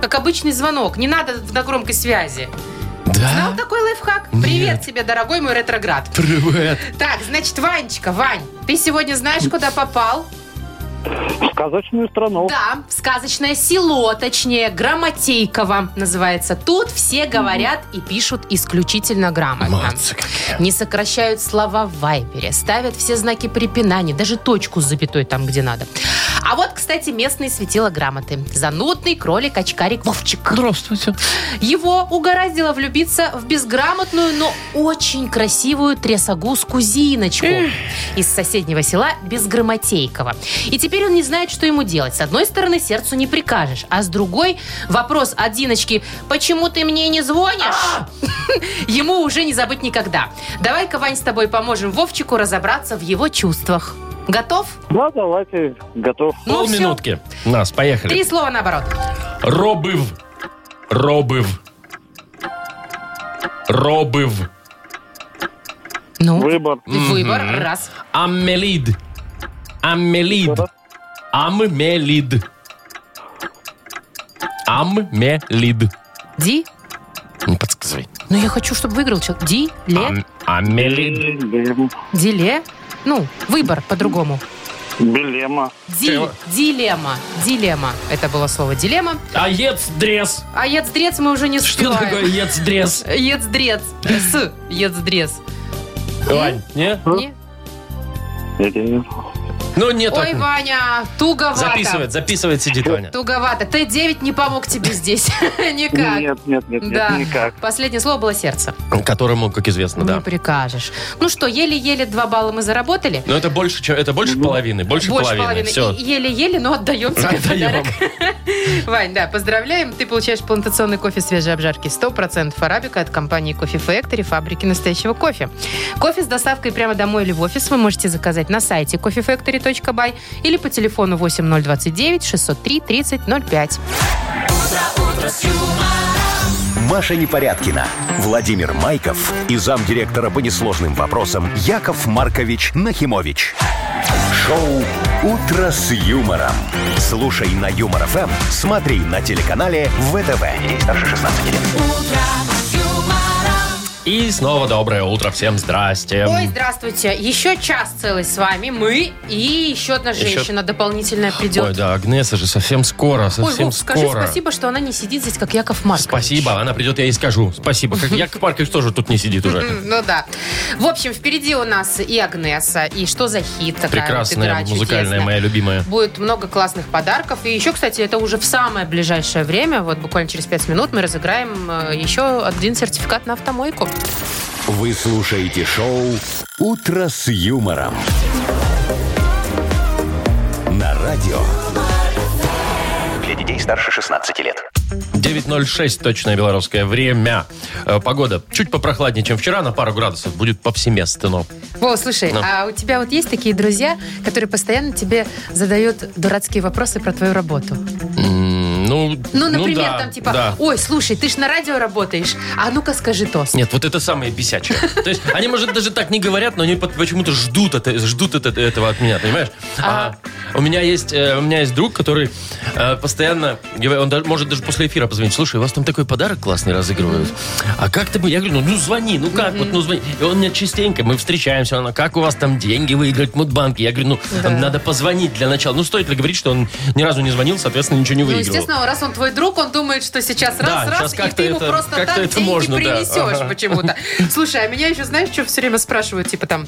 S2: Как обычный звонок. Не надо в- на громкой связи. Знал
S1: Да?
S2: такой лайфхак?
S1: А? Нет.
S2: Привет тебе, дорогой мой ретроград.
S1: Привет.
S2: Так, значит, Ванечка, Вань, ты сегодня знаешь, куда попал?
S4: В сказочную страну.
S2: Да, в сказочное село, точнее, Грамотейково называется. Тут все говорят и пишут исключительно грамотно.
S1: Молодцы какие.
S2: Не сокращают слова в Вайбере, ставят все знаки препинания, даже точку с запятой там, где надо. А вот, кстати, местные светила грамоты. Занудный кролик-очкарик Вовчик.
S1: Здравствуйте.
S2: Его угораздило влюбиться в безграмотную, но очень красивую трясогузку Зиночку из соседнего села Безграмотейкова. И теперь он не знает, что ему делать. С одной стороны, сердцу не прикажешь, а с другой вопрос от Зиночки «Почему ты мне не звонишь?» Ему уже не забыть никогда. Давай-ка, Вань, с тобой поможем Вовчику разобраться в его чувствах. Готов?
S4: Да, давайте, готов.
S2: Ну, всё.
S1: Полминутки. Нас, поехали.
S2: Три слова наоборот.
S1: Робив. Робив. Робив.
S2: Ну,
S4: Выбор.
S2: выбор. Раз.
S1: Аммелид. Аммелид. Аммелид. Аммелид.
S2: Ди.
S1: Не подсказывай.
S2: Ну, я хочу, чтобы выиграл человек. Ди. Ле.
S1: Ам- Аммелид.
S4: Дилем-
S7: А.
S2: Диле. Ну, выбор по-другому.
S4: Дилемма.
S2: Ди-
S1: Чего?
S2: дилемма. Дилемма. Это было слово дилемма.
S1: А ец-дрес.
S2: А ецдрец мы уже не
S1: Что такое
S2: успеваем.
S1: ец-дрес?
S2: Ецдрец. С. Ецдрец.
S1: Вань, не?
S2: Не?
S4: Дилемма.
S1: Ну, нет.
S2: Ой,
S1: так.
S2: Ваня, туговато.
S1: Записывает, записывает, сидит Ваня.
S2: Туговато. Т9 не помог тебе здесь. Никак.
S4: Нет, нет, нет, нет,
S2: Да.
S4: никак.
S2: Последнее слово было сердце.
S1: Которому, как известно,
S2: Не
S1: да.
S2: прикажешь. Ну что, еле-еле два балла мы заработали.
S1: Но это больше, чем, это больше половины, больше, половины. Все.
S2: И Еле-еле, но отдаем тебе подарок. Вань, да, поздравляем. Ты получаешь плантационный кофе свежей обжарки 100% арабика от компании Coffee Factory, фабрики настоящего кофе. Кофе с доставкой прямо домой или в офис вы можете заказать на сайте coffeefactory.by или по телефону 8029 603 3005.
S3: Маша Непорядкина, Владимир Майков и замдиректора по несложным вопросам Яков Маркович Нахимович. Шоу «Утро с юмором». Слушай на Юмор ФМ, смотри на телеканале ВТВ. Ей старше 16 лет.
S1: И снова доброе утро. Всем здрасте.
S2: Ой, здравствуйте. Еще час целый с вами мы и еще одна
S1: Еще-
S2: женщина дополнительная придет.
S1: Ой, да, Агнеса же совсем скоро,
S2: Ой,
S1: совсем
S2: Вов,
S1: скоро.
S2: скажи спасибо, что она не сидит здесь, как Яков Маркович.
S1: Спасибо, она придет, я ей скажу. Спасибо. Как Яков Маркович тоже тут не сидит уже.
S2: Ну да. В общем, впереди у нас и Агнеса, и что за хит, такая вот игра
S1: Прекрасная, музыкальная
S2: чудесная.
S1: моя любимая.
S2: Будет много классных подарков. И еще, кстати, это уже в самое ближайшее время, вот буквально через 5 минут, мы разыграем э, еще один сертификат на автомойку.
S3: Вы слушаете шоу «Утро с юмором». На радио.
S6: Для детей старше 16 лет.
S1: 9.06, точное белорусское время. Э, Погода чуть попрохладнее, чем вчера, на пару градусов. Будет повсеместно.
S2: Во, слушай,
S1: Ну.
S2: а у тебя вот есть такие друзья, которые постоянно тебе задают дурацкие вопросы про твою работу?
S1: М, Ну,
S2: Ну, например,
S1: да,
S2: там типа,
S1: да.
S2: ой, слушай, ты ж на радио работаешь, а ну-ка скажи то.
S1: Нет, вот это самое бесячее. То есть они, может, даже так не говорят, но они под- почему-то ждут, это- ждут это- этого от меня, понимаешь? А у меня есть, э, у меня есть друг, который э, постоянно, говорит, он даже- может даже после эфира позвонить, слушай, у вас там такой подарок классный разыгрывают. А как ты бы, я говорю, ну, ну, звони, ну как, вот ну звони. И он мне частенько, мы встречаемся, он, «А как у вас там деньги выиграть в Мудбанке? Я говорю, ну,
S2: Да.
S1: надо позвонить для начала. Ну, стоит ли говорить, что он ни разу не звонил, соответственно, ничего не
S2: Ну,
S1: выиграл.
S2: естественно, раз он твой друг, он думает, что сейчас
S1: Да,
S2: раз,
S1: сейчас
S2: раз, и
S1: как-то
S2: ты ему
S1: это-
S2: просто
S1: как-то
S2: так
S1: это
S2: деньги
S1: можно, да.
S2: принесешь
S1: Ага.
S2: почему-то. Слушай, а меня еще, знаешь, что все время спрашивают, типа там,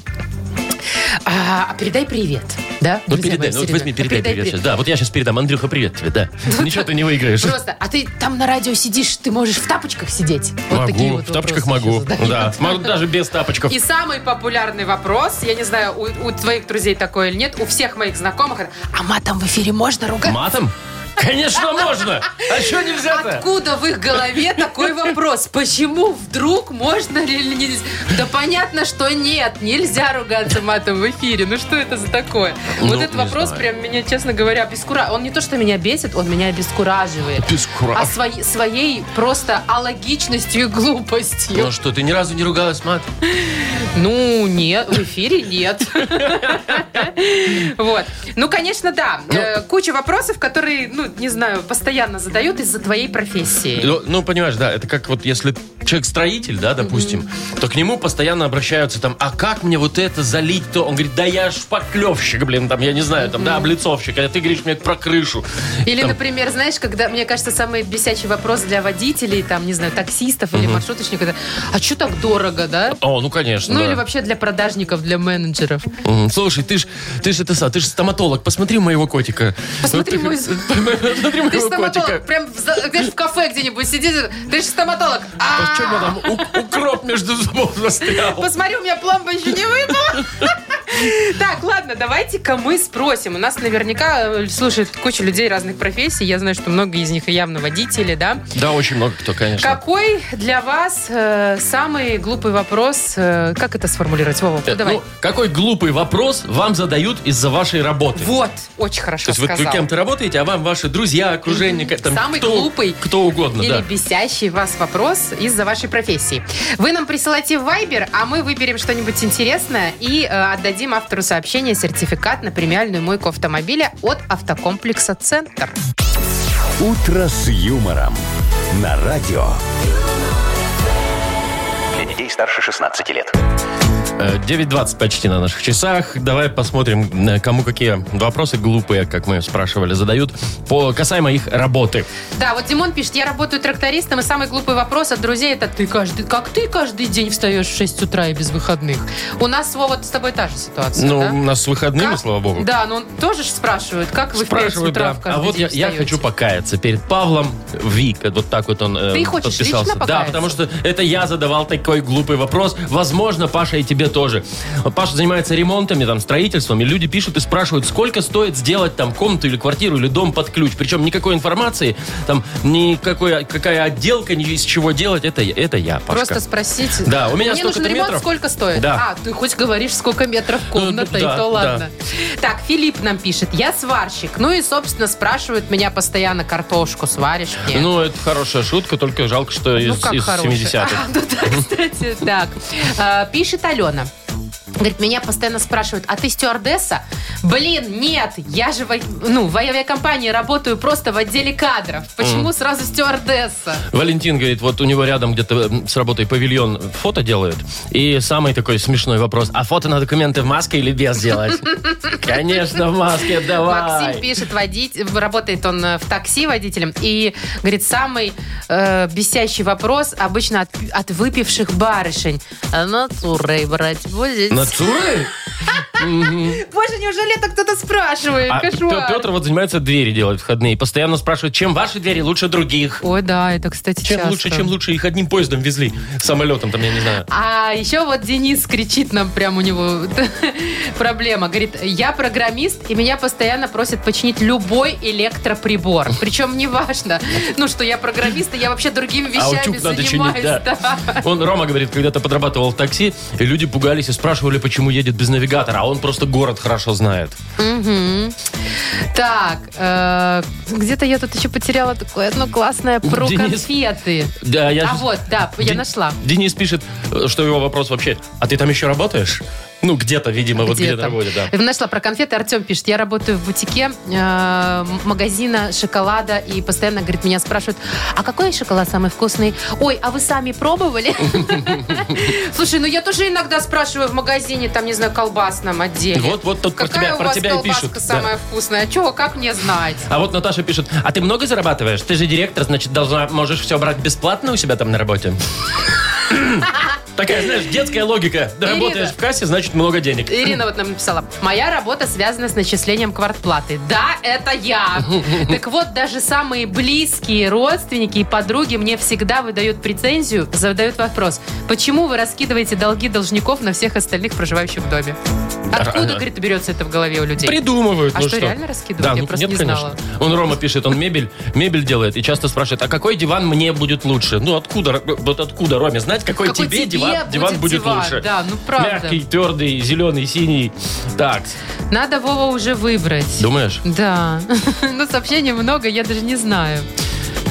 S2: а, а передай привет, да?
S1: Ну,
S2: друзья
S1: передай,
S2: мои,
S1: ну,
S2: всё
S1: вот
S2: время?
S1: возьми,
S2: А
S1: передай привет сейчас. Да, вот я сейчас передам. Андрюха, привет тебе, да. Ничего ты не выиграешь.
S2: Ну Просто, а ты там на радио сидишь, ты можешь в тапочках сидеть? вот такие
S1: Могу,
S2: вот
S1: в тапочках
S2: вопросы
S1: могу.
S2: сейчас задают.
S1: Да, могу даже без тапочков.
S2: И самый популярный вопрос, я не знаю, у, у твоих друзей такое или нет, у всех моих знакомых, это, а матом в эфире можно ругать?
S1: Матом? Конечно, можно! А что нельзя-то?
S2: Откуда в их голове такой вопрос? Почему вдруг можно или нельзя? Да понятно, что нет, нельзя ругаться матом в эфире. Ну что это за такое?
S1: Ну,
S2: вот этот
S1: не
S2: вопрос
S1: знаю.
S2: прям меня, честно говоря, обескураживает. Он не то, что меня бесит, он меня обескураживает.
S1: Обескураж-
S2: А своей, своей просто алогичностью и глупостью.
S1: Ну что, ты ни разу не ругалась мат?
S2: Ну, нет, в эфире нет. Вот. Ну, конечно, да. Э, Куча вопросов, которые, ну, не знаю, постоянно задают из-за твоей профессии.
S1: Ну, ну, понимаешь, да, это как вот если человек строитель, да, допустим, то к нему постоянно обращаются там, а как мне вот это залить-то? Он говорит, да я шпаклевщик, блин, там, я не знаю, там, да, облицовщик, а ты говоришь мне про крышу.
S2: Или,
S1: Там,
S2: например, знаешь, когда, мне кажется, самый бесячий вопрос для водителей, там, не знаю, таксистов или маршруточников, это, а что так дорого, да?
S1: О, ну, конечно,
S2: Ну
S1: да.
S2: или вообще для продажников, для менеджеров.
S1: М, Слушай, ты ж, ты ж это са, ты ж стоматолог, посмотри моего котика.
S2: Посмотри мой-
S1: посмотри
S2: Ты ж
S1: моего котика.
S2: стоматолог, прям в за- знаешь, в кафе где-нибудь сидишь, ты же стоматолог. А,
S1: А что у меня там у- укроп между зубов застрял?
S2: Посмотри, у меня пломба еще не выпала. Так, ладно, давайте-ка мы спросим. У нас наверняка э, слушает куча людей разных профессий. Я знаю, что много из них явно водители, да?
S1: Да, очень много кто, конечно.
S2: Какой для вас э, самый глупый вопрос? э, как это сформулировать, Вова?
S1: Э,
S2: Ну, давай.
S1: ну, какой глупый вопрос вам задают из-за вашей работы?
S2: вот, очень хорошо
S1: То есть вот вы
S2: сказал.
S1: кем-то работаете, а вам ваши друзья, окружение, ка- там,
S2: Самый
S1: кто,
S2: глупый.
S1: кто угодно,
S2: Или
S1: ну да.
S2: бесящий вас вопрос из-за вашей профессии. Вы нам присылайте в Viber, а мы выберем что-нибудь интересное и э, отдадим автору сообщения сертификат на премиальную мойку автомобиля от автокомплекса «Центр».
S3: «Утро с юмором». На радио.
S6: Для детей старше 16 лет.
S1: Э, 9.20 почти на наших часах. Давай посмотрим, э, кому какие вопросы глупые, как мы спрашивали, задают по касаемо их работы.
S2: Да, вот Димон пишет, я работаю трактористом, и самый глупый вопрос от друзей это ты каждый, как ты каждый день встаешь в 6 утра и без выходных? У нас, Вова, с тобой та же ситуация,
S1: Ну,
S2: да?
S1: у нас с выходными,
S2: Как-
S1: слава богу.
S2: Да, но он тоже ж спрашивает, как вы в 5
S1: Спрашивают,
S2: утра
S1: да.
S2: в каждый
S1: А вот
S2: день
S1: я, я
S2: встаете?
S1: хочу покаяться перед Павлом Вик. Вот так вот он э,
S2: Ты хочешь
S1: подписался.
S2: лично
S1: да,
S2: покаяться?
S1: потому что это я задавал такой глупый вопрос. Возможно, Паша и тебе тоже. Вот Паша занимается ремонтами, там, строительством, и люди пишут и спрашивают, сколько стоит сделать там комнату или квартиру или дом под ключ. Причем никакой информации, там, никакой, какая отделка, ни из чего делать, это, я- это я, Пашка.
S2: Просто спросить.
S1: Да, у меня
S2: Мне нужен
S1: столько-то
S2: ремонт,
S1: метров.
S2: сколько стоит?
S1: Да.
S2: А, ты хоть говоришь, сколько метров комната,
S1: Ну, да,
S2: и то
S1: да.
S2: ладно. Так, Филипп нам пишет, я сварщик. Ну и, собственно, спрашивают меня постоянно, картошку сваришь мне?
S1: Ну, это хорошая шутка, только жалко, что из, из
S2: Ну, хорошая.
S1: 70-х.
S2: А, ну да, кстати, так. А, Пишет Алена. Говорит, меня постоянно спрашивают, а ты стюардесса? Блин, нет, я же в, ав- ну, в авиакомпании работаю просто в отделе кадров. Почему сразу стюардесса?
S1: Валентин говорит, вот у него рядом где-то м, с работой павильон фото делают. И самый такой смешной вопрос. А фото на документы в маске или без делать? Конечно, в маске,
S2: Максим
S1: давай.
S2: пишет, водить, работает он э, в такси водителем, и, говорит, самый э, бесящий вопрос обычно от, от выпивших барышень. А натурой брать будете?
S1: Натуры?
S2: Боже, неужели это кто-то спрашивает?
S1: А
S2: Кошмар.
S1: Пе- Петр вот занимается двери делает входные. и Постоянно спрашивает, чем ваши двери лучше других.
S2: Ой, да, это, кстати,
S1: Чем
S2: часто.
S1: лучше, чем лучше. Их одним поездом везли. Самолетом там, я не знаю.
S2: А еще вот Денис кричит нам, прям у него проблема. Говорит, я программист, и меня постоянно просят починить любой электроприбор. Причем неважно, ну что я программист, и я вообще другими вещами
S1: А утюг надо чинить,
S2: занимаюсь.
S1: да.
S2: да.
S1: Он, Рома, говорит, когда-то подрабатывал в такси, и люди пугались и спрашивали, почему едет без навигатора, а он просто город хорошо знает.
S2: Мгм. Так, э, где-то я тут еще потеряла такое одно классное про
S1: Денис.
S2: конфеты.
S1: Да, я
S2: А
S1: ж-
S2: вот, да, я
S1: Ден-
S2: нашла.
S1: Денис пишет, э, что его вопрос вообще, а ты там еще работаешь? Ну, где-то, видимо, вот где-то
S2: там?
S1: работе, да.
S2: Нашла про конфеты. Артем пишет, я работаю в бутике э, магазина шоколада, и постоянно, говорит, меня спрашивают, а какой шоколад самый вкусный? Ой, а вы сами пробовали? Слушай, ну я тоже иногда спрашиваю в магазине, там, не знаю, колбасном отделе.
S1: Вот, вот тут про
S2: Э, Какая
S1: тебя,
S2: у
S1: про
S2: вас
S1: тебя и пишут.
S2: колбаска
S1: да.
S2: самая вкусная? Чего, как мне знать?
S1: А вот Наташа пишет, а ты много зарабатываешь? Ты же директор, значит, должна, можешь все брать бесплатно у себя там на работе? Такая, знаешь, детская логика. Да,
S2: Ирина.
S1: Работаешь в кассе, значит, много денег.
S2: Ирина вот нам написала, моя работа связана с начислением квартплаты. Да, это я. Так вот, даже самые близкие родственники и подруги мне всегда выдают прецензию, задают вопрос, почему вы раскидываете долги должников на всех остальных проживающих в доме?
S1: Ага.
S2: Откуда,
S1: а,
S2: говорит, берется это в голове у людей?
S1: Придумывают.
S2: А
S1: ну
S2: что, реально раскидывают? Я
S1: ну,
S2: просто
S1: нет,
S2: не
S1: конечно.
S2: знала.
S1: Он Рома пишет, он мебель, мебель делает и часто спрашивает, а какой диван мне будет лучше? Ну откуда, вот откуда, Роме, знать, какой,
S2: Какой
S1: тебе,
S2: тебе
S1: диван,
S2: будет
S1: диван будет
S2: диван,
S1: лучше?
S2: да, ну, правда.
S1: Мягкий, твердый, зеленый, синий. Так,
S2: Надо Вова уже выбрать.
S1: думаешь?
S2: Да. Ну, сообщений много, я даже не знаю.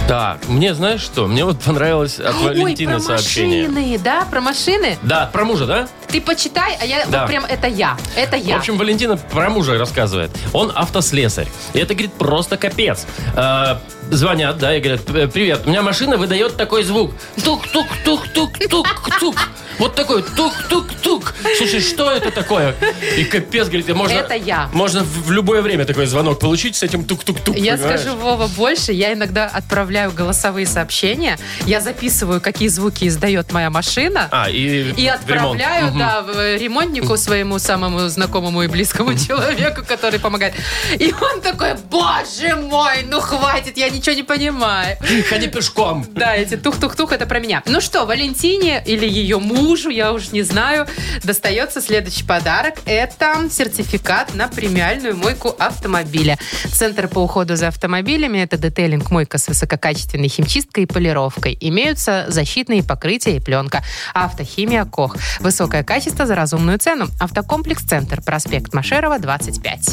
S1: Так, мне знаешь что? Мне вот понравилось от Валентины
S2: Ой, про
S1: сообщение.
S2: машины, да? Про машины?
S1: Да, про мужа, да?
S2: Ты почитай, а я
S1: Да.
S2: вот прям это я. Это я.
S1: В общем, Валентина про мужа рассказывает. Он автослесарь. И это, говорит, просто капец. Э, звонят, да, и говорят, «Э, привет, у меня машина выдает такой звук. Тук-тук-тук-тук-тук-тук. Вот такой тук-тук-тук. Слушай, что это такое? И капец, говорит, можно...
S2: Это я.
S1: Можно в в любое время такой звонок получить с этим тук-тук-тук.
S2: Я
S1: понимаешь?
S2: скажу Вова больше. Я иногда отправляю голосовые сообщения. Я записываю, какие звуки издает моя машина.
S1: А, и, в
S2: И
S1: ремонт.
S2: отправляю,
S1: Мгм.
S2: да, в, э, ремонтнику своему самому знакомому и близкому человеку, который помогает. И он такой, боже мой, ну хватит, я ничего не понимаю.
S1: Ходи пешком.
S2: Да, эти тух-тух-тух, это про меня. Ну что, Валентине или ее мужу, я уж не знаю, достается следующий подарок. Это сертификат на премиальную мойку автомобиля. Центр по уходу за автомобилями – это детейлинг мойка с высококачественной химчисткой и полировкой. Имеются защитные покрытия и пленка. Автохимия КОХ. Высокое качество за разумную цену. Автокомплекс-центр. Проспект Машерова, 25.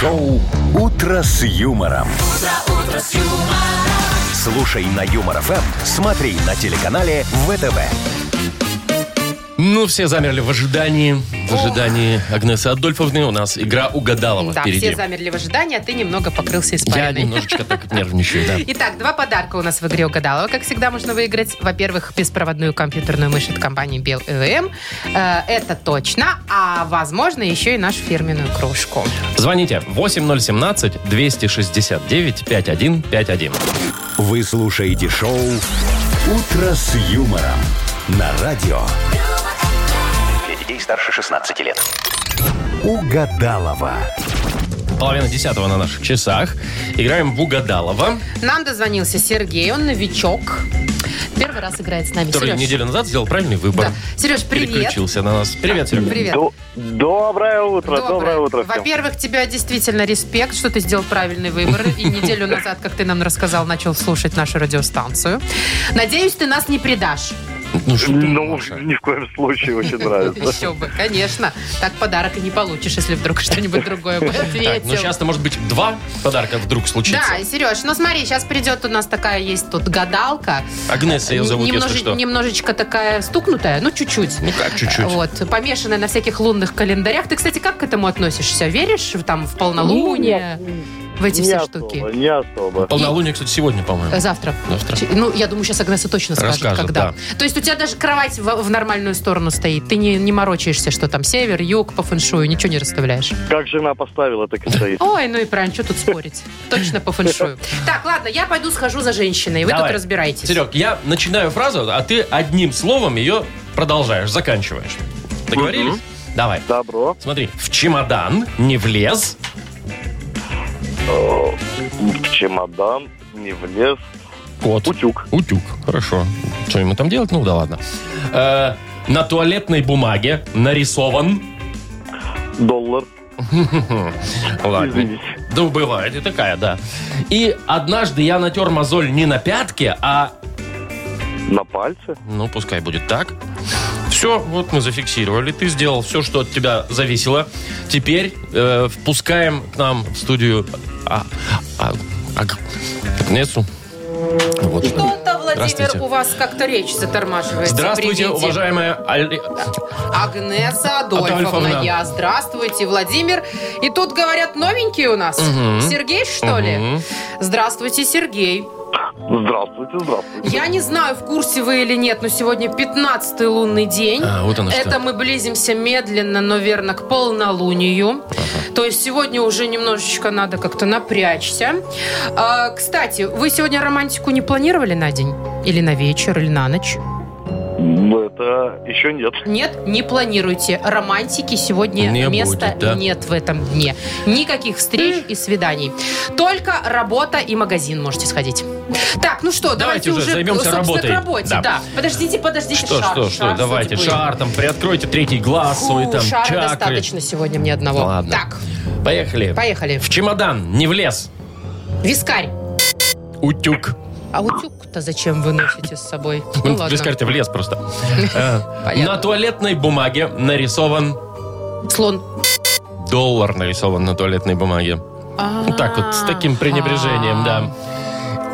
S3: Шоу «Утро с юмором». Слушай на Юмор ФМ, смотри на телеканале ВТВ.
S1: Ну, все замерли в ожидании. В ожидании Агнесы Адольфовны у нас игра угадалова
S2: Да,
S1: А впереди.
S2: все замерли в ожидании, а ты немного
S1: Я
S2: покрылся испариной.
S1: немножечко так нервничаю, да.
S2: Итак, два подарка у нас в игре угадалова. Как всегда, можно выиграть. Во-первых, беспроводную компьютерную мышь от компании Bell EVM. Э, Это точно. А возможно, еще и нашу фирменную кружку.
S1: Звоните 8017-269-5151.
S3: Вы слушаете шоу «Утро с юмором» на радио
S6: Для детей старше 16 лет.
S3: «Угадалова».
S1: Половина десятого на наших часах. Играем в Угадалова,
S2: Нам дозвонился Сергей, он новичок. Первый раз играет с нами.
S1: который
S2: Сереж.
S1: неделю назад сделал правильный выбор.
S2: Да. Сереж, привет.
S1: Переключился на нас. Привет, Серег.
S2: Привет.
S4: Ду- Доброе утро, доброе, утро всем.
S2: Во-первых, тебя действительно респект, что ты сделал правильный выбор. И неделю назад, как ты нам рассказал, начал слушать нашу радиостанцию. Надеюсь, ты нас не предашь.
S1: Ну, что ты,
S4: Ну,
S1: Маша?
S4: ни в коем случае очень нравится.
S2: Еще бы, конечно. Так подарок и не получишь, если вдруг что-нибудь другое бы
S1: Так, ну
S2: ответил.
S1: сейчас-то может быть два подарка вдруг случится.
S2: Да, и, Сереж, ну смотри, сейчас придет у нас такая есть тут гадалка.
S1: Агнеса ее зовут,
S2: Немножи-
S1: если что.
S2: Немножечко такая стукнутая, ну чуть-чуть.
S1: Ну как чуть-чуть.
S2: Вот, помешанная на всяких лунных календарях. Ты, кстати, как к этому относишься? Веришь в, там в полнолуние, в эти
S4: не
S2: все
S4: особо,
S2: штуки?
S4: Не особо.
S1: Полнолуние, кстати, сегодня,
S2: Э,
S1: по-моему.
S2: Завтра.
S1: Завтра.
S2: Ч- Ну, я думаю, сейчас Агнеса точно скажет,
S1: Расскажет,
S2: когда.
S1: да.
S2: То есть у тебя даже кровать в, в нормальную сторону стоит. Ты не, не морочишься, что там север, юг, по фэншую, ничего не расставляешь.
S4: Как жена поставила, так и стоит.
S2: Ой, ну и правильно, что тут спорить? Точно по фэншую. Так, ладно, я пойду схожу за женщиной, вы
S1: Давай.
S2: тут разбирайтесь.
S1: Серег, я начинаю фразу, а ты одним словом ее продолжаешь, заканчиваешь. Договорились? Давай.
S4: Добро.
S1: Смотри, в чемодан не влез.
S4: Э, В чемодан не влез.
S1: Кот.
S4: Утюг.
S1: Утюг. Хорошо. Что ему там делать? Ну да ладно. Э, на туалетной бумаге нарисован.
S4: Доллар.
S1: Ладно.
S4: Извините.
S1: Да бывает и такая, да. И однажды я натер мозоль не на пятке, а...
S4: На пальце.
S1: Ну, пускай будет так. Все, вот мы зафиксировали. Ты сделал все, что от тебя зависело. Теперь э, впускаем к нам в студию... А, а, а- Агнесу. Вот что.
S2: Что-то, Владимир,
S1: Здравствуйте.
S2: у вас как-то речь затормаживается.
S1: Здравствуйте,
S2: Приведите. А,
S1: уважаемая Али-
S2: Агнеса Адольфовна.
S1: Адольфовна.
S2: Я. Здравствуйте, Владимир. И тут говорят новенький у нас. Сергей, что ли?
S1: Мгм.
S2: Здравствуйте, Сергей.
S4: Здравствуйте, здравствуйте.
S2: Я не знаю, в курсе вы или нет, но сегодня 15-й лунный день.
S1: А, вот оно что.
S2: Это мы близимся медленно, но верно, к полнолунию. То есть сегодня уже немножечко надо как-то напрячься. А, кстати, вы сегодня романтику не планировали на день? Или на вечер, или на ночь?
S4: Ну, Это еще нет.
S2: Нет, не планируйте. Романтики сегодня
S1: Не
S2: места
S1: будет, да.
S2: нет в этом дне. Никаких встреч и свиданий. Только работа и магазин можете сходить. Так, ну что,
S1: Давайте
S2: давайте,
S1: уже займемся
S2: собственно,
S1: работой.
S2: к работе.
S1: Да.
S2: Да. Подождите, подождите.
S1: Что,
S2: шар,
S1: что, что,
S2: шар
S1: давайте,
S2: судьбы.
S1: шар там, приоткройте третий глаз
S2: Фу,
S1: свой там,
S2: шара
S1: чакры.
S2: достаточно сегодня мне одного.
S1: Ладно.
S2: Так,
S1: Поехали.
S2: поехали.
S1: В чемодан не влез.
S2: Вискарь.
S1: Утюг.
S2: А утюг-то зачем вы носите с собой? Ну
S1: Ну,
S2: ладно.
S1: Вискарь-то влез просто. Э,
S2: Понятно.
S1: На туалетной бумаге нарисован...
S2: Слон.
S1: Доллар нарисован на туалетной бумаге. Вот так вот, с таким пренебрежением, да.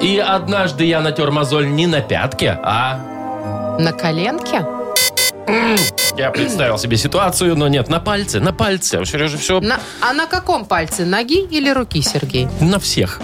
S1: И однажды я натер мозоль не на пятке, а...
S2: На коленке?
S1: Я представил себе ситуацию, но нет, на пальце, на пальце. У Сережи все
S2: На- а на каком пальце? Ноги или руки, Сергей?
S1: на всех.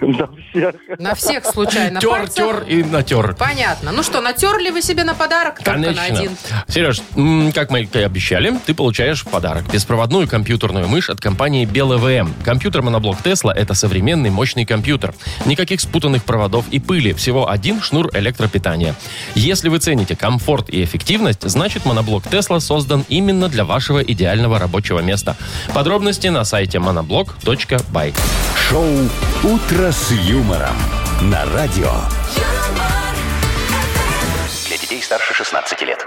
S4: На всех.
S2: На всех случайно
S1: Тер,
S2: пальцах?
S1: тер и натер.
S2: Понятно. Ну что, натерли вы себе на подарок? Только на один.
S1: Сереж, м, как мы и обещали, ты получаешь в подарок беспроводную компьютерную мышь от компании БелВМ. Компьютер моноблок Тесла – это современный мощный компьютер. Никаких спутанных проводов и пыли, всего один шнур электропитания. Если вы цените комфорт и эффективность, значит моноблок Тесла создан именно для вашего идеального рабочего места. Подробности на сайте monoblock.by.
S3: Шоу «Утро с юмором» на радио.
S6: Для детей старше 16 лет.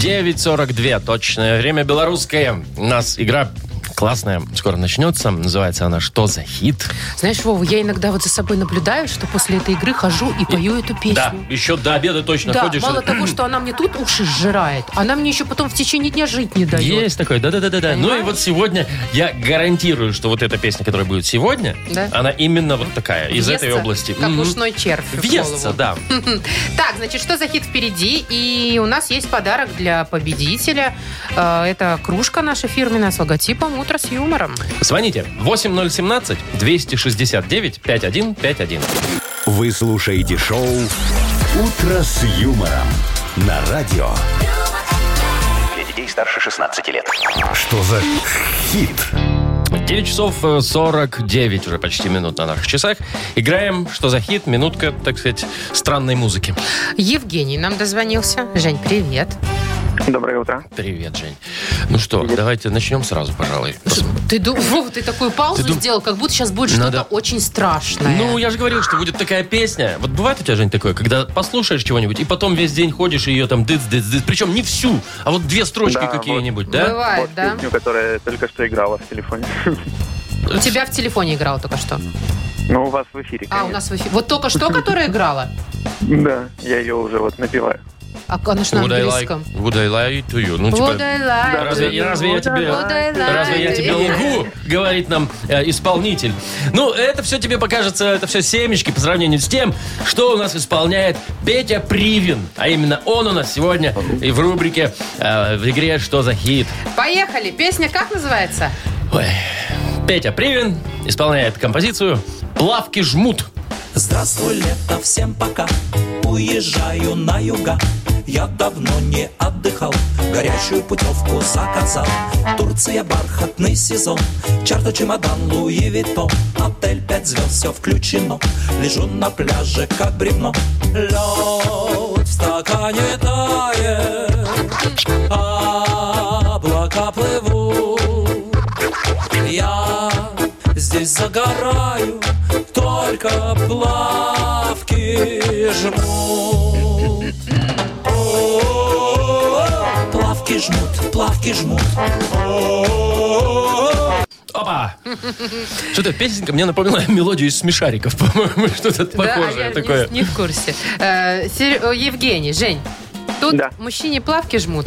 S1: 9.42, точное время белорусское. У нас игра классная, скоро начнется. Называется она «Что за хит?».
S2: Знаешь, Вова, я иногда вот за собой наблюдаю, что после этой игры хожу и пою эту
S1: Да,
S2: песню.
S1: еще до обеда точно
S2: Да,
S1: ходишь.
S2: мало того, что она мне тут уши сжирает, она мне еще потом в течение дня жить не дает.
S1: Есть такое, да-да-да-да. Ну и
S2: Понимаешь?
S1: вот сегодня я гарантирую, что вот эта песня, которая будет сегодня,
S2: Да.
S1: она именно вот такая, из
S2: Въестся,
S1: этой области.
S2: Как
S1: Мгм.
S2: ушной червь. в
S1: Въестся,
S2: голову.
S1: да.
S2: Так, значит, что за хит впереди? И у нас есть подарок для победителя. Э, Это кружка наша фирменная с логотипом «Утро с юмором».
S1: Звоните 8017-269-5151.
S3: Вы слушаете шоу «Утро с юмором» на радио.
S6: Для детей старше 16 лет.
S3: Что за хит?
S1: 9 часов э, 49 уже почти минут на наших часах. Играем «Что за хит?» Минутка, так сказать, странной музыки.
S2: Евгений нам дозвонился. Жень, привет.
S8: Доброе утро.
S1: Привет, Жень. Ну что, давайте начнем сразу, пожалуй.
S2: Ты, ду- Вов, ты такую паузу
S1: Ты дум-
S2: сделал, как будто сейчас будет
S1: Надо-
S2: что-то очень страшное.
S1: Ну, я же говорил, что будет такая песня. Вот бывает у тебя, Жень, такое, когда послушаешь чего-нибудь, и потом весь день ходишь и ее там дыц, дыц, дыц. Причем не всю, а вот две строчки
S8: Да,
S1: какие-нибудь, да?
S2: Бывает,
S8: вот
S2: да?
S8: песню, которая только что играла в телефоне.
S2: У тебя в телефоне играла только что.
S8: Ну, у вас в эфире,
S2: А, у нас в эфире. Вот только что, которая играла?
S8: конечно. Да, я ее уже вот напеваю.
S2: А она ж на
S1: Would I like,
S2: английском.
S1: would I lie to you? Ну,
S2: Would
S1: типа,
S2: I lie
S8: Да,
S2: to
S1: разве,
S2: you?
S1: я- разве я
S2: Would
S1: тебе,
S2: I lie
S1: разве я
S2: to
S1: тебе
S2: you?
S1: лгу, говорит нам э, исполнитель. Ну, это все тебе покажется, это все семечки по сравнению с тем, что у нас исполняет Петя Привин. А именно он у нас сегодня и в рубрике э, в игре «Что за хит?».
S2: Поехали. Песня как называется?
S1: Ой. Петя Привин исполняет композицию «Плавки жмут».
S7: Здравствуй, лето, всем пока Уезжаю на юга Я давно не отдыхал Горячую путевку заказал Турция, бархатный сезон Чарта, чемодан, Луи Виттон Отель пять звезд, все включено Лежу на пляже, как бревно Лед в стакане тает Облака сгораю, только плавки жмут. О-о-о, Плавки жмут, плавки жмут. О-о-о.
S1: Опа! Что-то песенка мне напоминала мелодию из смешариков, по-моему, что-то
S2: Да, а я
S1: похожее
S2: не-
S1: такое.
S2: не, в курсе. Э, Сер- э, Евгений, Жень, тут
S8: Да.
S2: мужчине плавки жмут.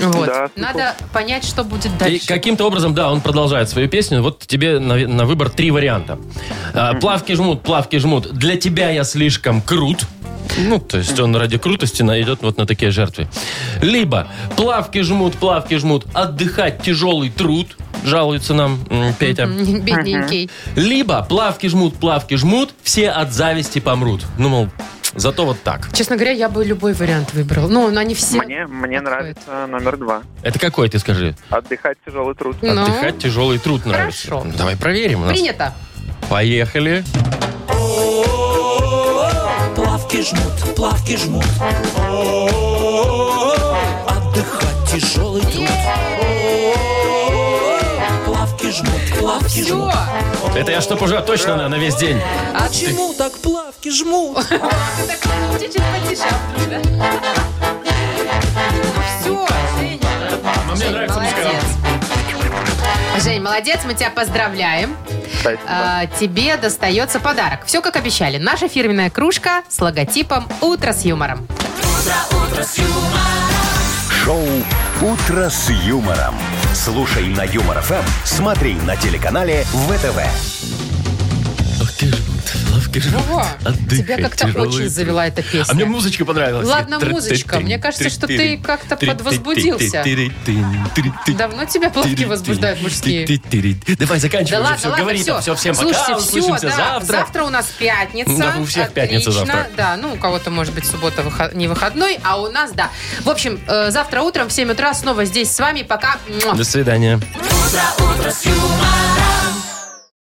S2: Вот.
S8: Да,
S2: Надо понять, что будет
S1: И
S2: дальше.
S1: каким-то образом, да, он продолжает свою песню. Вот тебе на, на выбор три варианта. А, Плавки жмут, плавки жмут. Для тебя я слишком крут. Ну, то есть он ради крутости найдет вот на такие жертвы. Либо плавки жмут, плавки жмут. Отдыхать тяжелый труд, жалуется нам м, Петя.
S2: Бедненький.
S1: Либо плавки жмут, плавки жмут. Все от зависти помрут. Ну, мол, зато вот так.
S2: Честно говоря, я бы любой вариант выбрал. Ну, но они все...
S8: Мне, мне нравится номер два.
S1: Это какой, ты скажи?
S8: Отдыхать тяжелый труд.
S2: Ну,
S1: Отдыхать тяжелый труд нравится.
S2: Хорошо.
S1: Давай проверим. У нас-
S2: Принято.
S1: Поехали.
S7: Плавки жмут, плавки жмут. О-о-о. Отдыхать тяжелый труд. О-о-о. Плавки жмут, плавки
S2: Все.
S7: жмут.
S1: Это я чтоб уже точно на, на весь день.
S7: Почему так плавки жмут?
S2: Чуть-чуть потише. Все, Жень.
S1: мне
S2: Жень,
S1: нравится
S2: молодец. Жень, молодец, мы тебя поздравляем.
S8: Спасибо.
S2: А, тебе достается подарок. Все как обещали. Наша фирменная кружка с логотипом «Утро с юмором».
S3: Шоу «Утро с юмором». Слушай на Юмор ФМ, смотри на телеканале ВТВ.
S1: Плавки жмут, плавки жмут. Отдыхай,
S2: Тебя как-то
S1: тяжелый
S2: очень
S1: труд.
S2: завела эта песня.
S1: А мне музычка понравилась.
S2: Ладно, музычка. Мне кажется, что ты как-то подвозбудился. Давно тебя плавки возбуждают мужские.
S1: Давай,
S2: Да
S1: заканчивай уже.
S2: ладно,
S1: Все,
S2: ладно,
S1: говори
S2: все.
S1: там. Все, всем
S2: Слушайте,
S1: пока.
S2: все,
S1: Услышимся
S2: да,
S1: завтра.
S2: у нас пятница.
S1: Да, у всех
S2: Отлично.
S1: пятница завтра.
S2: Да, ну, у кого-то, может быть, суббота выход- не выходной, а у нас, да. В общем, э, завтра утром в 7 утра снова здесь с вами. Пока. Муа.
S1: До свидания.
S7: Утро, утро с юмором.